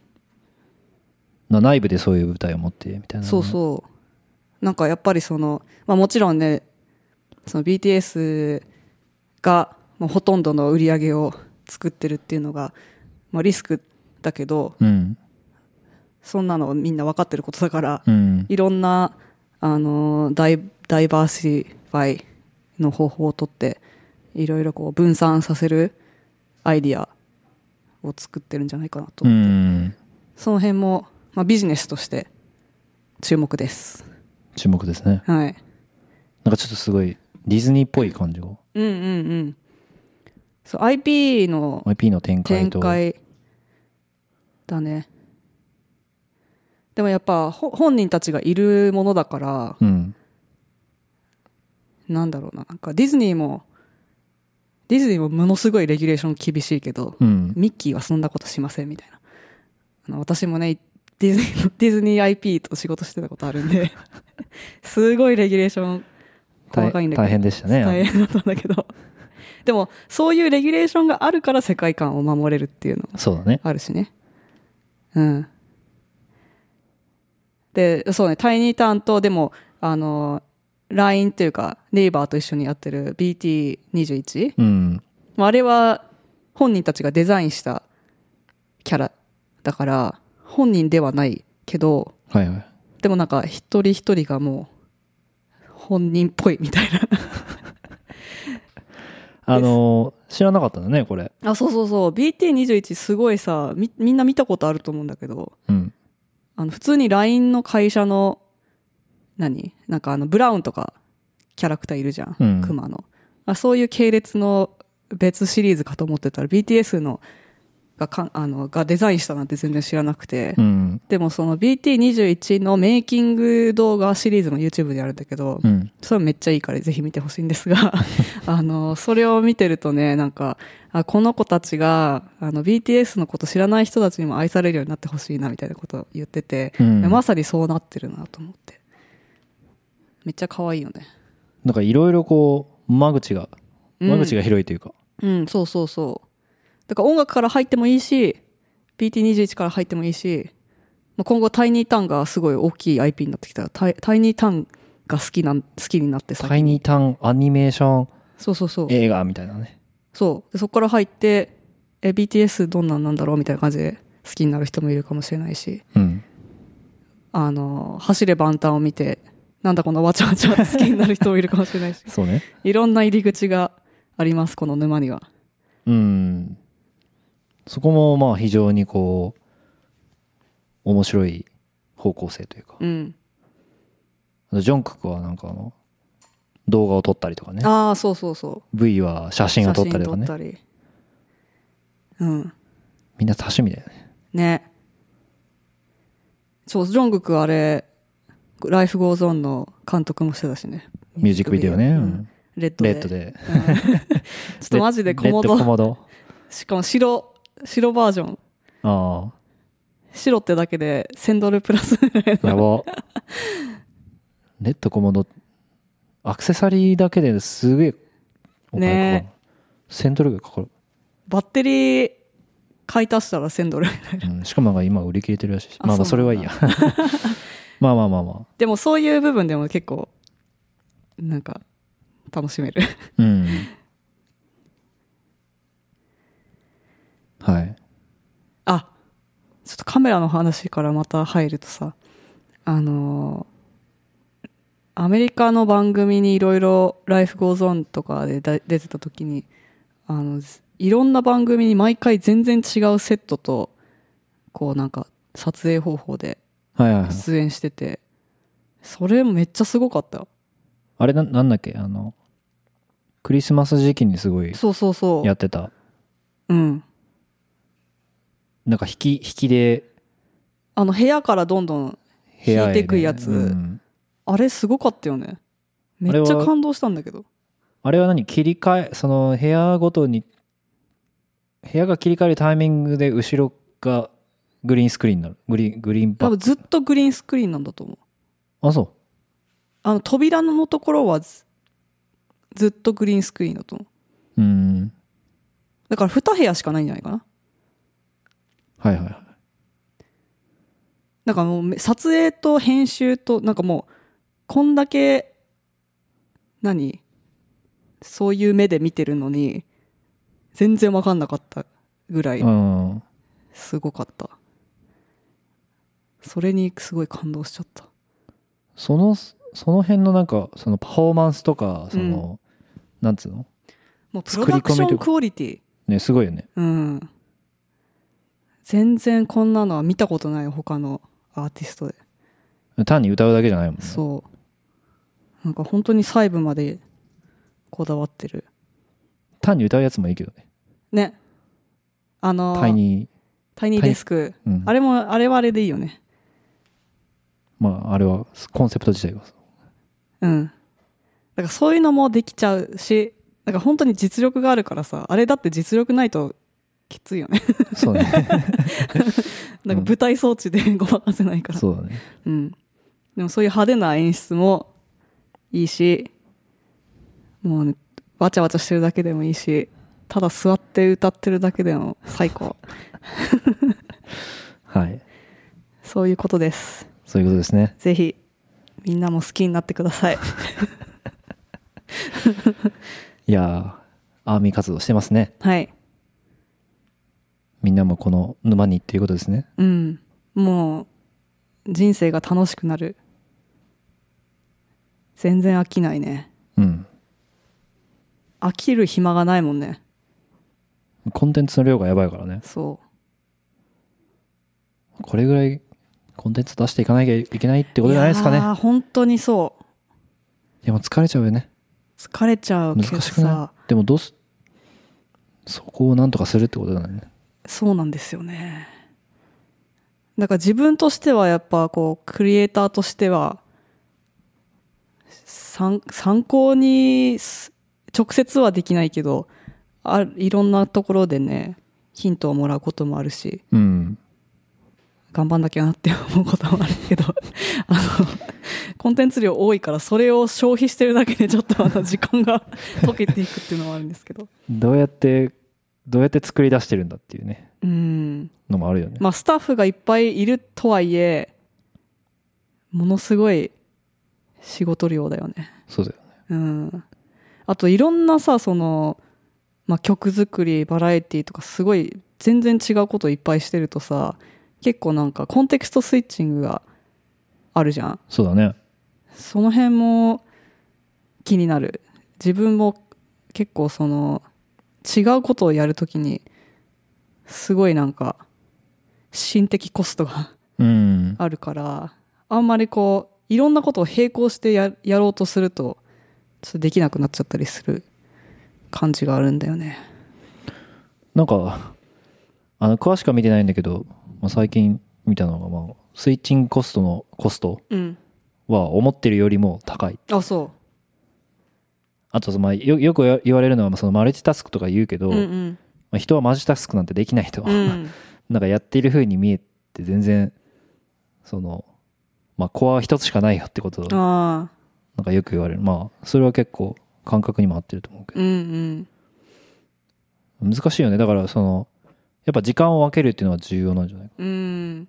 な内部でそういう舞台を持ってみたいな
そうそうなんかやっぱりその、まあ、もちろんねその BTS がもうほとんどの売り上げを作ってるっていうのが、まあ、リスクだけど
ううん
そんなのみんな分かってることだから、
うん
いろんなあのダイダイバーシファイの方法をとっていろいろこう分散させるアイディアを作ってるんじゃないかなと、
うん
その辺も、まあ、ビジネスとして注目です
注目ですね
はい
なんかちょっとすごいディズニーっぽい感じが
うんうんうんそう IP の
IP の展開
展
と
開だねでもやっぱほ本人たちがいるものだから
うん
なんだろうな、なんかディズニーも、ディズニーもものすごいレギュレーション厳しいけど、
うん
ミッキーはそんなことしませんみたいな。あの私もね、ディズニーの、ディズニー IP と仕事してたことあるんで、 すごいレギュレーション細かいんだけど。
大大変でしたね
大変だったんだけど。 でも、そういうレギュレーションがあるから世界観を守れるっていうの
そうだね
あるしね。うん。で、そうね、タイニーターンと、でも、あの、LINE っていうか、ネイバーと一緒にやってる BT21。
うん
まああれは、本人たちがデザインしたキャラだから、本人ではないけど、
はいはい
でもなんか、一人一人がもう、本人っぽいみたい
あのー知らなかったんだねこれ
な。あ、そうそうそう。BT21 すごいさ、み、みんな見たことあると思うんだけど、
うん
あの、普通に LINE の会社の、何なんかあの、ブラウンとか、キャラクターいるじゃん。
うん
クマの。あそういう系列の別シリーズかと思ってたら、BTS の、がかん、あの、がデザインしたなんて全然知らなくて。
うん
でもその BT21 のメイキング動画シリーズも YouTube であるんだけど、
うん
それめっちゃいいからぜひ見てほしいんです が、あの、それを見てるとね、なんか、あこの子たちが、あの、BTS のこと知らない人たちにも愛されるようになってほしいな、みたいなことを言ってて、
うん
まさにそうなってるなと思って。めっちゃ可愛いよね。
なんかいろいろこう間口が
うん
間口が広いというか
うん、そうそうそう。だから音楽から入ってもいいし、BT21 から入ってもいいし、まあ、今後タイニータンがすごい大きい IP になってきたら、タイタイニータンが好きなん、好きになってさ
タ、イニータウンアニメーション
そうそうそう。
映画みたいなね
そう。で、そこから入って、え、BTS どんなんなんだろうみたいな感じで好きになる人もいるかもしれないし、
うん、
あの、走れ万端を見て、なんだこのわちゃわちゃ好きになる人もいるかもしれないし
そうね
いろんな入り口があります、この沼には。
うんそこもまあ非常にこう面白い方向性というか
うん。
あとジョンククはなんかあの動画を撮ったりとかね
ああ、そうそうそう。
V は写真を撮ったりと
写
か
真
ね
撮ったりうん。
みんな多趣味だよね
ね。そう、ジョングクあれ、ライフゴーゾーンの監督もしてたしね。
ミュージックビデオね
うんレッド
レ
で。
ッドで
うんちょっとマジでコモ
レッドコ
ド。
モド
しかも白、白バージョン。
あ
白ってだけで1000ドルプラス。
あやばレッドコモドアクセサリーだけですげえお金かかる
ね
1000ドルぐらいかかる、
バッテリー買い足したら1000ドル。
うん、しかもなんか今売り切れてるらしいし
あ
まあまあそ
そ
れ
う
は
ない
い
んだ
や まあまあまあま
でもそういう部分でも結構、なんか、楽しめる。
あうんはい
あ、ちょっとカメラの話からまた入るとさ、あのーアメリカの番組にいろいろライフゴーゾーンとかでだ出てた時に、あの、ずいろんな番組に毎回全然違うセットと、こうなんか撮影方法で
はいはいはい
出演してて、それもめっちゃすごかった。
あれななんだっけあのクリスマス時期にすごい
そうそうそ
やってた
う。うん。
なんか引き引きで
あの部屋からどんどん、
部屋へね
引いてくやつ
うん
あれすごかったよね。め
あれ
っちゃ
は
感動したんだけど。
あれは何切り替えその部屋ごとに部屋が切り替えるタイミングで後ろがグリーンスクリーンになる。グリーン、グリーン
多
バッ
分
ク。
ずっとグリーンスクリーンなんだと思う
あ、そ
あの扉のところはずずっとグリーンスクリーンだと思う
う。うーん。
だから2部屋しかないんじゃないかな
はいはいはい。
なんかもうめ撮影と編集となんかもうこんだけ何そういう目で見てるのに全然分かんなかったぐらい
うん。
すごかったそれにすごい感動しちゃった
その、その辺のなんか、そのパフォーマンスとか、その、なんつうの
もうプロダクションクオリティ
ね、すごいよね。
うん全然こんなのは見たことない他のアーティストで
単に歌うだけじゃないもんね。
そうなんか本当に細部までこだわってる
単に歌うやつもいいけどね。
ねあの
タイニ
タイニーデスク
ー。うん。
あれもあれはあれでいいよね
まあ、あれは、コンセプト自体が。
うんだからそういうのもできちゃうしなんか本当に実力があるからさあれだって実力ないときついよね
そうね。
なんか舞台装置で ごまかせないから
そうだね。
うん、でもそういう派手な演出もいいしもう、ね、わちゃわちゃしてるだけでもいいしただ座って歌ってるだけでも最高
はい。
そういうことです
そういうことですね。
ぜひみんなも好きになってくだ さい
いやー、アーミー活動してますね。
はい
みんなもこの沼にっていうことですね。
うんもう人生が楽しくなる全然飽きないね
うん。
飽きる暇がないもんね
コンテンツの量がやばいからね。
そ
これぐらいコンテンツ出していかなきゃいけないって
う
ことじゃないですか
いや
ね。
ー本当にそう
でも疲れちゃうよね。
疲れちゃうけど
難しく
さ
ないでもどうす、そこをなんとかするってことだよね。
そうなんですよね。だから自分としてはやっぱこうクリエイターとしては参参考にす直接はできないけどあいろんなところでねヒントをもらうこともあるし
うん。
頑張んなきゃなって思うこともあるけど あのコンテンツ量多いからそれを消費してるだけでちょっとあの時間が 溶けていくっていうのもあるんですけど
どうやって、どうやって作り出してるんだっていうね、
うん
のもあるよね。
まあ、スタッフがいっぱいいるとはいえものすごい仕事量だよね。
そうだよね。
うん、あといろんなさその、まあ、曲作りバラエティとかすごい全然違うこといっぱいしてるとさ結構なんかコンテクストスイッチングがあるじゃん。
そうだね。
その辺も気になる自分も結構その違うことをやるときにすごいなんか心的コストが
うん。
あるからあんまりこういろんなことを並行してややろうとするとちょっとできなくなっちゃったりする感じがあるんだよね
なんか、あの、詳しくは見てないんだけど、まあ、最近見たのが、まあ、スイッチングコストのコスト
うん
は思ってるよりも高い。
あそ
あと、まあ、よよく言われるのは、まあそのマルチタスクとか言うけど、
ううん
まあ、人はマルチタスクなんてできないと、
うんうん
なんかやっている風に見えて全然、その、まあ、コア一つしかないよってことを、な
ああ
んかよく言われる。まあ、それは結構感覚にも合ってると思うけ
うんうん
ど、難しいよね。だから、その、やっぱ時間を分けるっていうのは重要なんじゃないか。
うん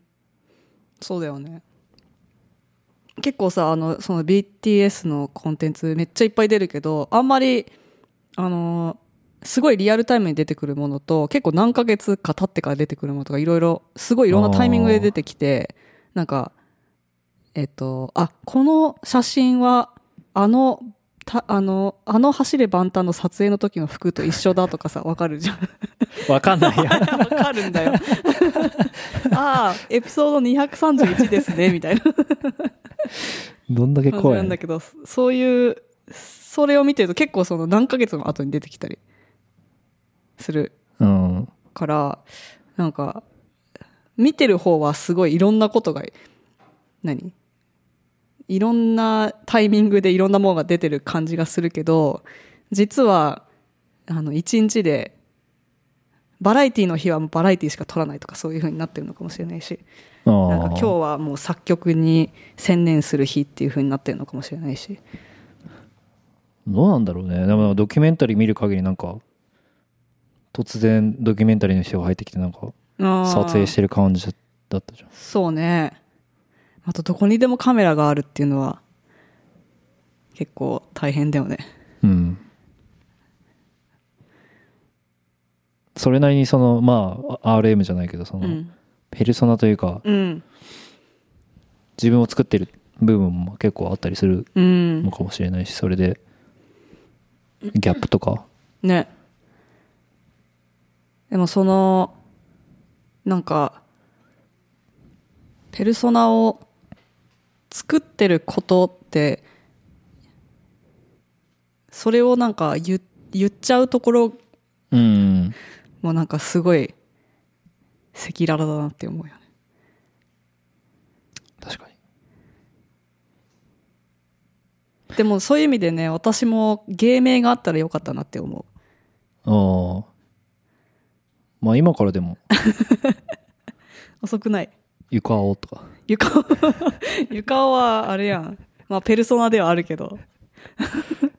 そうだよね結構さあのその BTS のコンテンツめっちゃいっぱい出るけどあんまりあのすごいリアルタイムに出てくるものと結構何ヶ月か経ってから出てくるものとかいろいろすごいいろんなタイミングで出てきてなんかえっとあこの写真はあのたあのあの走れ万端の撮影の時の服と一緒だとかさわかるじゃん
わかんない や。
わかるんだよ。ああ、エピソード231ですね、みたいな
どんだけ
感じ
怖
ないんだけど、そういう、それを見てると結構その何ヶ月も後に出てきたりする
うん。
から、なんか、見てる方はすごいいろんなことが、何いろんなタイミングでいろんなものが出てる感じがするけど、実は、あの、一日でバラエティの日はもうバラエティしか撮らないとかそういう風になってるのかもしれないし
あー
なんか今日はもう作曲に専念する日っていう風になってるのかもしれないし
どうなんだろうねでもドキュメンタリー見る限りなんか突然ドキュメンタリーの人が入ってきてなんか撮
撮
影してる感じだったじゃん
そうねあとどこにでもカメラがあるっていうのは結構大変だよね
うんそれなりにそのまあ RM じゃないけどそうの
ん
ペルソナというか
うん
自分を作ってる部分も結構あったりする
うん
のかもしれないしそれでギャップとか
ねでもそのなんかペルソナを作ってることってそれをなんか言言っちゃうところ
うん
もなんかすごい赤裸々だなって思うよね
確かに
でもそういう意味でね私も芸名があったらよかったなって思う
ああまあ今からでも
遅くない
床をとか
ゆか ゆかはあれやんまあペルソナではあるけど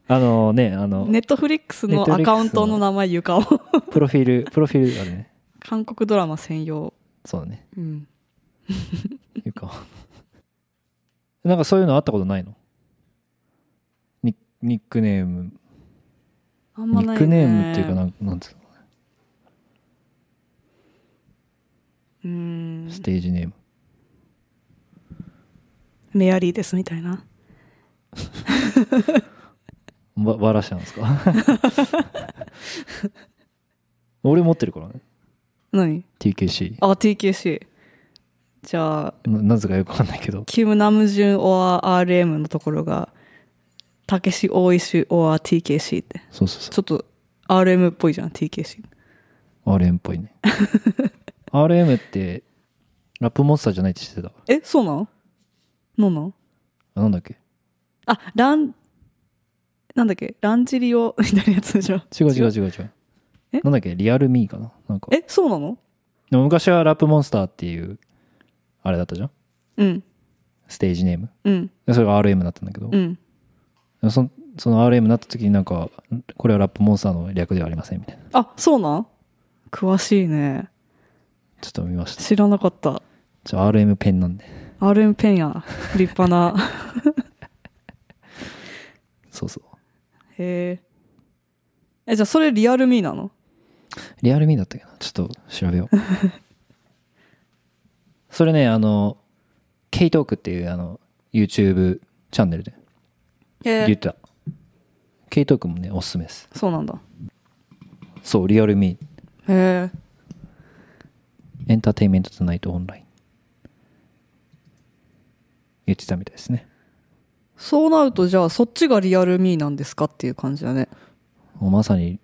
あのねあの
ネットフリックスのアカウントの名前ゆかお
プロフィールプロフィールあれね
韓国ドラマ専用
そうだね
うん
床をなんかそういうのあったことないのニニックネーム
あんま
ニ
ない、ね、
ックネームっていうかなんなんつう
うん
のステージネーム
メアリーですみたいな
ばばらしたんですか 俺持ってるからね
何
TKC
あ TQC じゃあ
ななぜかよくわかんないけど
キム・ナムジュン or RM のところがたけし大石 or TKC って
そうそうそ
ちょっと RM っぽいじゃん TKC
う RM っぽいね RM ってラップモンスターじゃないって知ってた
えそうなんなんなん
あなんだっけ
あランなんだっけランジリオみたいなやつでし ょ
違う違う違う違う
え
なんだっけリアルミーかななんか
えそうなの
でも昔はラップモンスターっていうあれだったじゃん
うん
ステージネーム
うん
でそれが RM だったんだけど
う、ん
そのその RM になった時になんかこれはラップモンスターの略ではありませんみたいな
あそうなん詳しいね
ちょっと見ました
知らなかった
じゃあ RM ペンなんで
RM ペンや立派な
そうそう
へええじゃあそれリアルミーなの
リアルミーだったっけどちょっと調べよう それねあの K トークっていうあの YouTube チャンネルで
へ
言っ
え
てた K トークもねおすすめです
そうなんだ
そうリアルミー
へえ
エンターテインメントトゥナイトオンライン言ってたみたいですね
そうなるとじゃあそっちがリアルミーなんですかっていう感じだね
もうまさに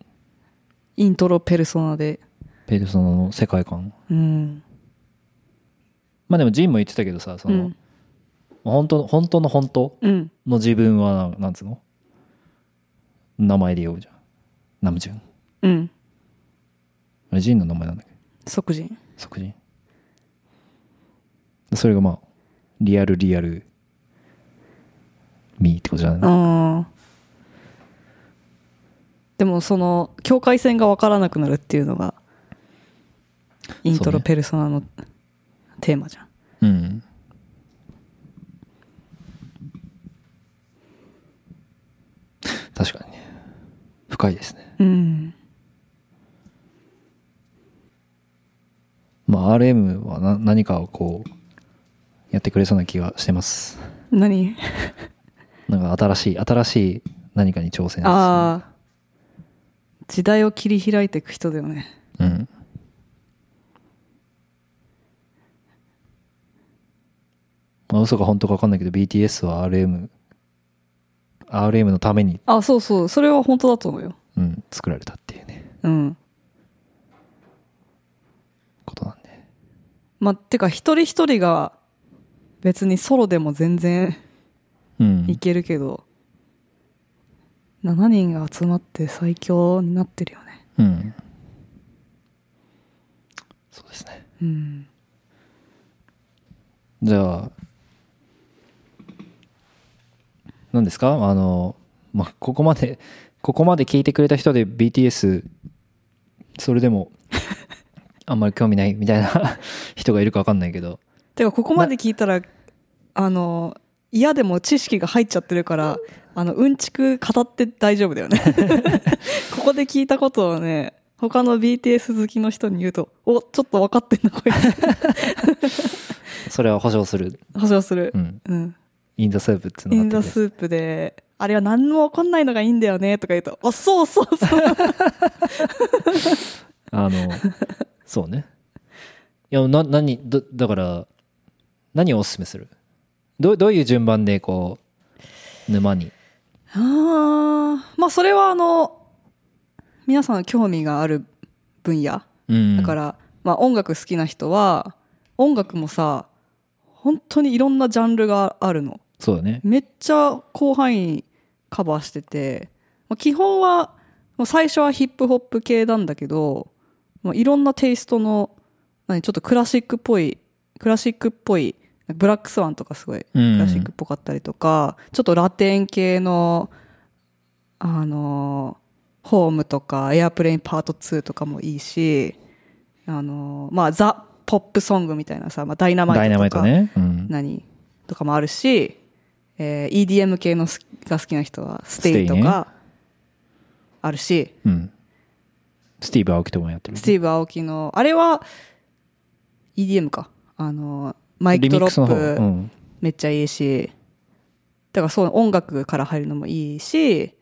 イントロペルソナで
ペルソナの世界観
うん
まあでもジンも言ってたけどさその、
うん
本当の本当の本当
うん
の自分はななんつうの名前で呼ぶじゃんナムジュン
うん
あれジンの名前なんだっけ
即人
即人それがまあリアルリアルミーってことじゃない
ああでもその境界線が分からなくなるっていうのがイント
そう
ロ
ね
ペルソナのテーマじゃん、
うん確かにね深いですね
うん
まあ RM はな何かをこうやってくれそうな気がしてます
何
なんか新しい新しい何かに挑戦
ああ時代を切り開いていく人だよね
するうんまあ嘘か本当か分かんないけど BTS は RMRM のために、
あそうそうそれは本当だと思うよ
うん、作られたっていうね
うん
ことなんで
まあてか一人一人が別にソロでも全然
うん
いけるけど、7人が集まって最強になってるよね
うんそうですね
うん。
じゃあ何ですかあのまあここまでここまで聞いてくれた人で BTS それ でもあんまり興味ないみたいな人がいるか分かんないけど
てか、ここまで聞いたら、あの、嫌でも知識が入っちゃってるから、あの、うんちく語って大丈夫だよね。 ここで聞いたことをね、他の BTS 好きの人に言うと、お、ちょっと分かってんな、こいつ。
それは保証する
保証する
う。ん
うん。
インザスープっていう
イ
の
ン
があ
ザ
って
スープで、あれは何も起こんないのがいいんだよね、とか言うと、あ、そうそうそ う。
あの そうねいやな何だだから何をおすすめするどうどういう順番でこう沼に
ああ、まあそれはあの、皆さんの興味がある分野。
うん
だから、まあ音楽好きな人は、音楽もさ、本当にいろんなジャンルがあるの。
そうだね
めっちゃ広範囲にカバーしてて、まあ、基本は、もう最初はヒップホップ系なんだけど、まあ、いろんなテイストの、何、ちょっとクラシックっぽい、クラシックっぽい、ブラックスワンとかすごい
うん
クラシックっぽかったりとか、ちょっとラテン系の、あのーホームとか、エアプレインパート2とかもいいし、あのーまあ、ザ・ポップソングみたいなさ、まあ、ダイナマイトとか。
ダイナマイトね、うん、
何とかもあるし、えー EDM 系の好きが好きな人はステイと
ステイ
かあるし、
うん。スティーブ・アオキともやってる。
スティーブ・アオキのあれは EDM かあのマイクドロッ
リミックスの方う
プ
ん。
めっちゃいいし、だからそう音楽から入るのもいいし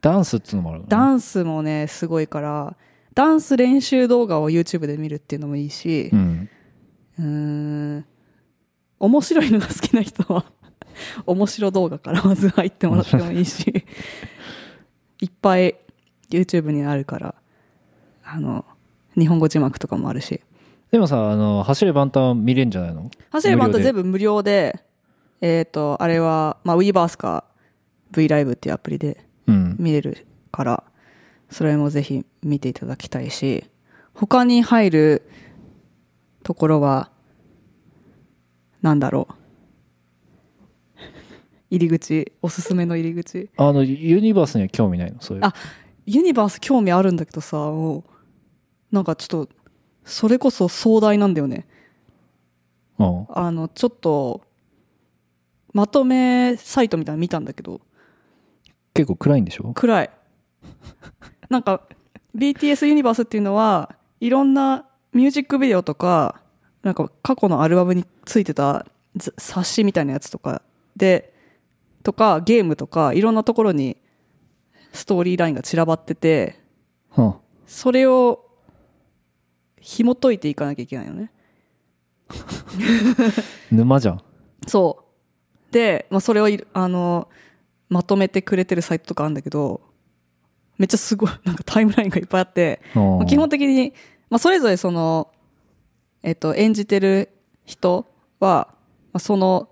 ダンスっつうのもある、ね。
ダンスもねすごいからダンス練習動画を YouTube で見るっていうのもいいし
う、ん。
うーん面白いのが好きな人は 面白動画からまず入ってもらってもいいし いっぱい YouTube にあるからあの日本語字幕とかもあるし
でもさ、あの、走れバンタン見れんじゃないの
走ればンと全
部。
部無料でえっ、とあれは、まあ、Weverse か VLive っていうアプリで
うん。
見れるからそれもぜひ見ていただきたいし他に入るところはなんだろう 入り口おすすめの入り口
あの、ユニバースには興味ないのそういう。
あユニバース興味あるんだけどさもうなんかちょっとそれこそ壮大なんだよね
うん。
あのちょっとまとめサイトみたいなの見たんだけど
結構暗いんでしょ
暗いなんか BTS ユニバースっていうのはいろんなミュージックビデオとかなんか過去のアルバムについてたざ冊子みたいなやつとかでとかゲームとかいろんなところにストーリーラインが散らばってて
うん。
それを紐解いていかなきゃいけないよね
沼じゃん。
そう。で、まあ、それをい、あの、まとめてくれてるサイトとかあるんだけど、めっちゃすごい、なんかタイムラインがいっぱいあって、
うん
まあ基本的に、まあ、それぞれその、えっと、演じてる人は、まあ、その、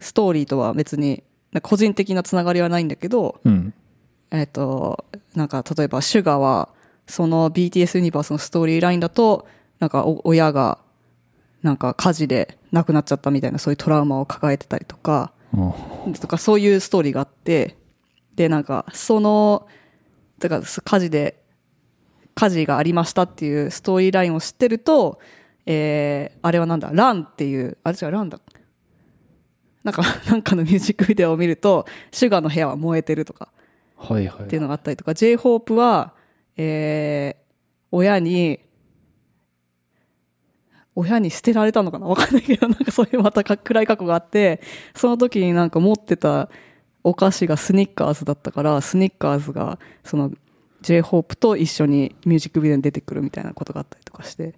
ストーリーとは別に、なんか個人的なつながりはないんだけど、
うん。
えっ、と、なんか例えば、シュガーは、その BTS ユニバースのストーリーラインだと、なんかお親が、なんか火事で亡くなっちゃったみたいな、そういうトラウマを抱えてたりとか、
うん。
とかそういうストーリーがあって、で、なんか、その、だから火事で、火事がありましたっていうストーリーラインを知ってると、えー、あれはなんだ、ランっていう、あれ違う、ランだ。なんか、 なんかのミュージックビデオを見ると、シュガーの部屋は燃えてるとか、
はいはい。
っていうのがあったりとか、J-Hope は、えー、親に、親に捨てられたのかなわ かんないけど、なんかそういうまたか暗い過去があって、その時になんか持ってたお菓子がスニッカーズだったから、スニッカーズが、その、J-Hope と一緒にミュージックビデオに出てくるみたいなことがあったりとかして。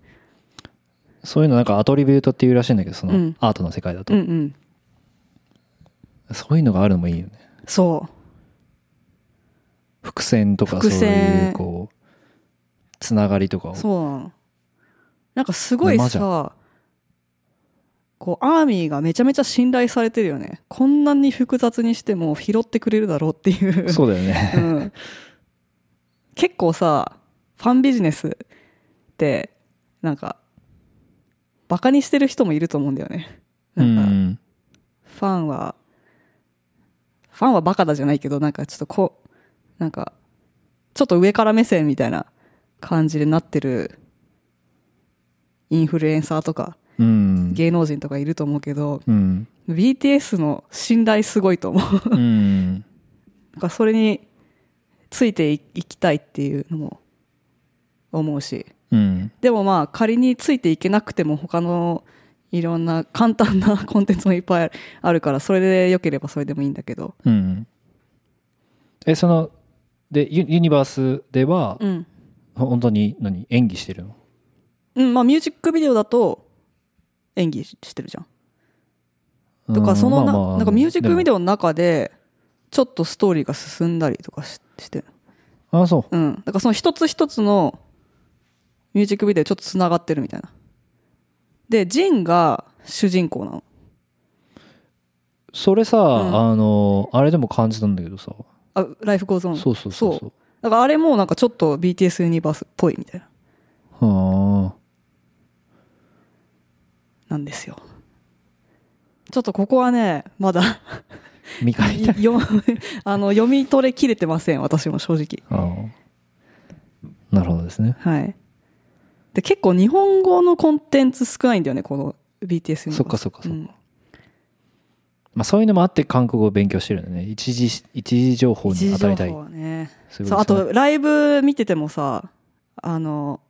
そういうのなんかアトリビュートっていうらしいんだけど、その、
うん
アートの世界だと、
うんうん。
そういうのがあるのもいいよね。
そう。
伏線とかそう
伏線
いう、こう、つながりとかを。
そうなの。なんかすごい
沼じゃ
さ、こう、アーミーがめちゃめちゃ信頼されてるよね。こんなに複雑にしても拾ってくれるだろうっていう。
そうだよね。
うん結構さ、ファンビジネスっってなんかバカにしてる人もいると思うんだよね
う
なんか、
ん。
ファンは、ファンはバカだじゃないけど、なんかちょっとこう、なんか、ちょっと上から目線みたいな感じでなってるインフルエンサーとか
うん。
芸能人とかいると思うけど、
うん。
BTS の信頼すごいと思う。
うん。
なんかそれについていきたいっていうのも思うし。
うん。
でもまあ仮についていけなくても他のいろんな簡単なコンテンツもいっぱいあるから、それで良ければそれでもいいんだけど。
うん。え、その、で、ユユニバースでは、
うん。
ほ本当に何演技してるの
うん、まあミュージックビデオだと演技してるじゃん。と
う
か、
ん
そのな、
まあまあ
なんかミュージックビ
で
デオの中で、ちょっとストーリーが進んだりとかしして、
もあ、そう。
うん。だからその一つ一つのミュージックビデオちょっと繋がってるみたいな。で、ジンが主人公なの。
それさ、
ん
あの、あれでも感じたんだけどさ。
あ、ライフゴーゾーン。
そうそうそうそう。
だからあれもなんかちょっと BTS ユニバースっぽいみたいな、
は
なんですよ。ちょっとここはね、まだ
あ。見 返りたい。
読、あの、読み取れきれてません、私も正直。
あーなるほどですね。
はい。で、結構日本語のコンテンツ少ないんだよね、この BTS に。
そっかそっかそ
う
っか
ん
まあ、そういうのもあって韓国語を勉強してるよね。一時し、一時情報
一
に
時
与
情
えたい。
報はね。
そういう
そう、
こ
あ
とですね
と、ライブ見ててもさ、あの、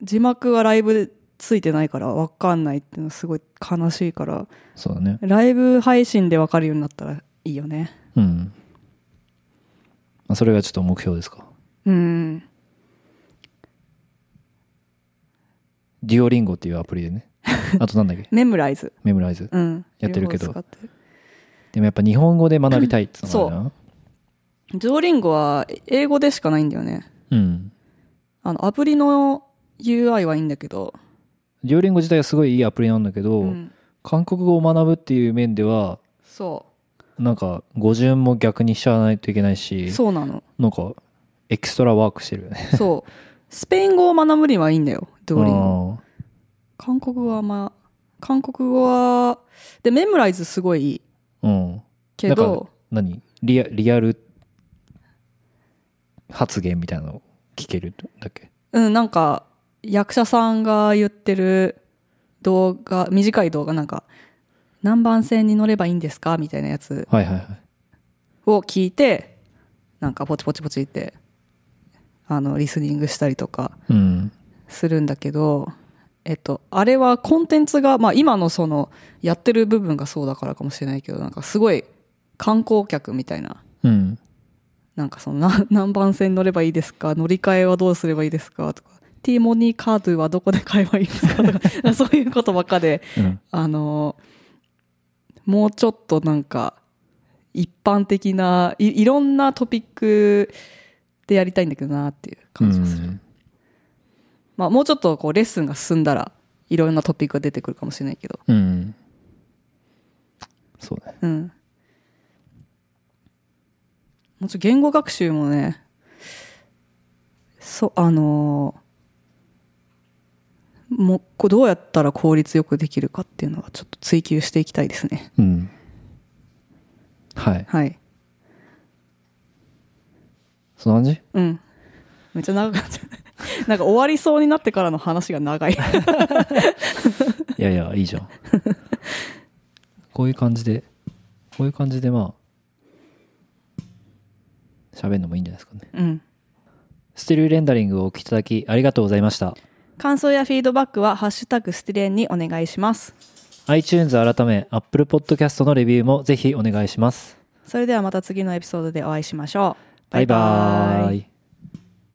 字幕がライブでついてないから分かんないっていうのすごい悲しいから、
そうだね。
ライブ配信で分かるようになったらいいよね。
うん。まあ、それがちょっと目標ですか。
うん。
デュオリンゴっていうアプリで ね。あとなんだっけ
メモライズ。
メモライズ。
うん。
やってるけど
両方使ってる
でもやっぱ日本語で学びたいってのがあるな。
ジョーリンゴは英語でしかないんだよね。
うん。
あの、アプリの UI はいいんだけど、
デュオリンゴ自体はすごいいいアプリなんだけど、
うん、
韓国語を学ぶっていう面では、
そう。
なんか語順も逆にしちゃわないといけないし、
そうなの。
なんかエキストラワークしてるよね。
そう。スペイン語を学ぶにはいいんだよ、ドーリンゴ。
あ
韓国語はあんま、韓国語は、で、メモライズすごいいい
ーうん。
けど、
何リアリアル発言みたいなのを聞けるんだっけ
うん、なんか、役者さんが言ってる動画、短い動画、なんか、何番線に乗ればいいんですかみたいなやつ
はいはいはい。
を聞いて、なんか、ポチポチポチって、あの、リスニングしたりとか、
うん。
するんだけど、えっと、あれはコンテンツが、まあ今のその、やってる部分がそうだからかもしれないけど、なんかすごい観光客みたいな、
うん。
なんかその、な 何番線乗ればいいですか乗り換えはどうすればいいですかとか、ティーモニーカードゥはどこで買えばいいですか とか、そういうことばっかで、
うん。
あの、もうちょっとなんか、一般的な、いいろんなトピックでやりたいんだけどなっていう感じがする。
うん
まあ、もうちょっとこうレッスンが進んだらいろんなトピックが出てくるかもしれないけど、
うん。そうね。
うん、もうちょっと言語学習もねそうあのーもうこうどうやったら効率よくできるかっていうのはちょっと追求していきたいですね
うん。はい。
はい
そんな感じ
うんめっちゃ長くなっちゃう なんか終わりそうになってからの話が長い
いやいや、いいじゃん。こういう感じで、こういう感じでまあ、喋るのもいいんじゃないですかね。
うん
ステルレンダリングをお聞きいただきありがとうございました。
感想やフィードバックは「ハッシュタグステレン」にお願いします
iTunes 改め Apple Podcast のレビューもぜひお願いします。
それではまた次のエピソードでお会いしましょう。
バイバーイ。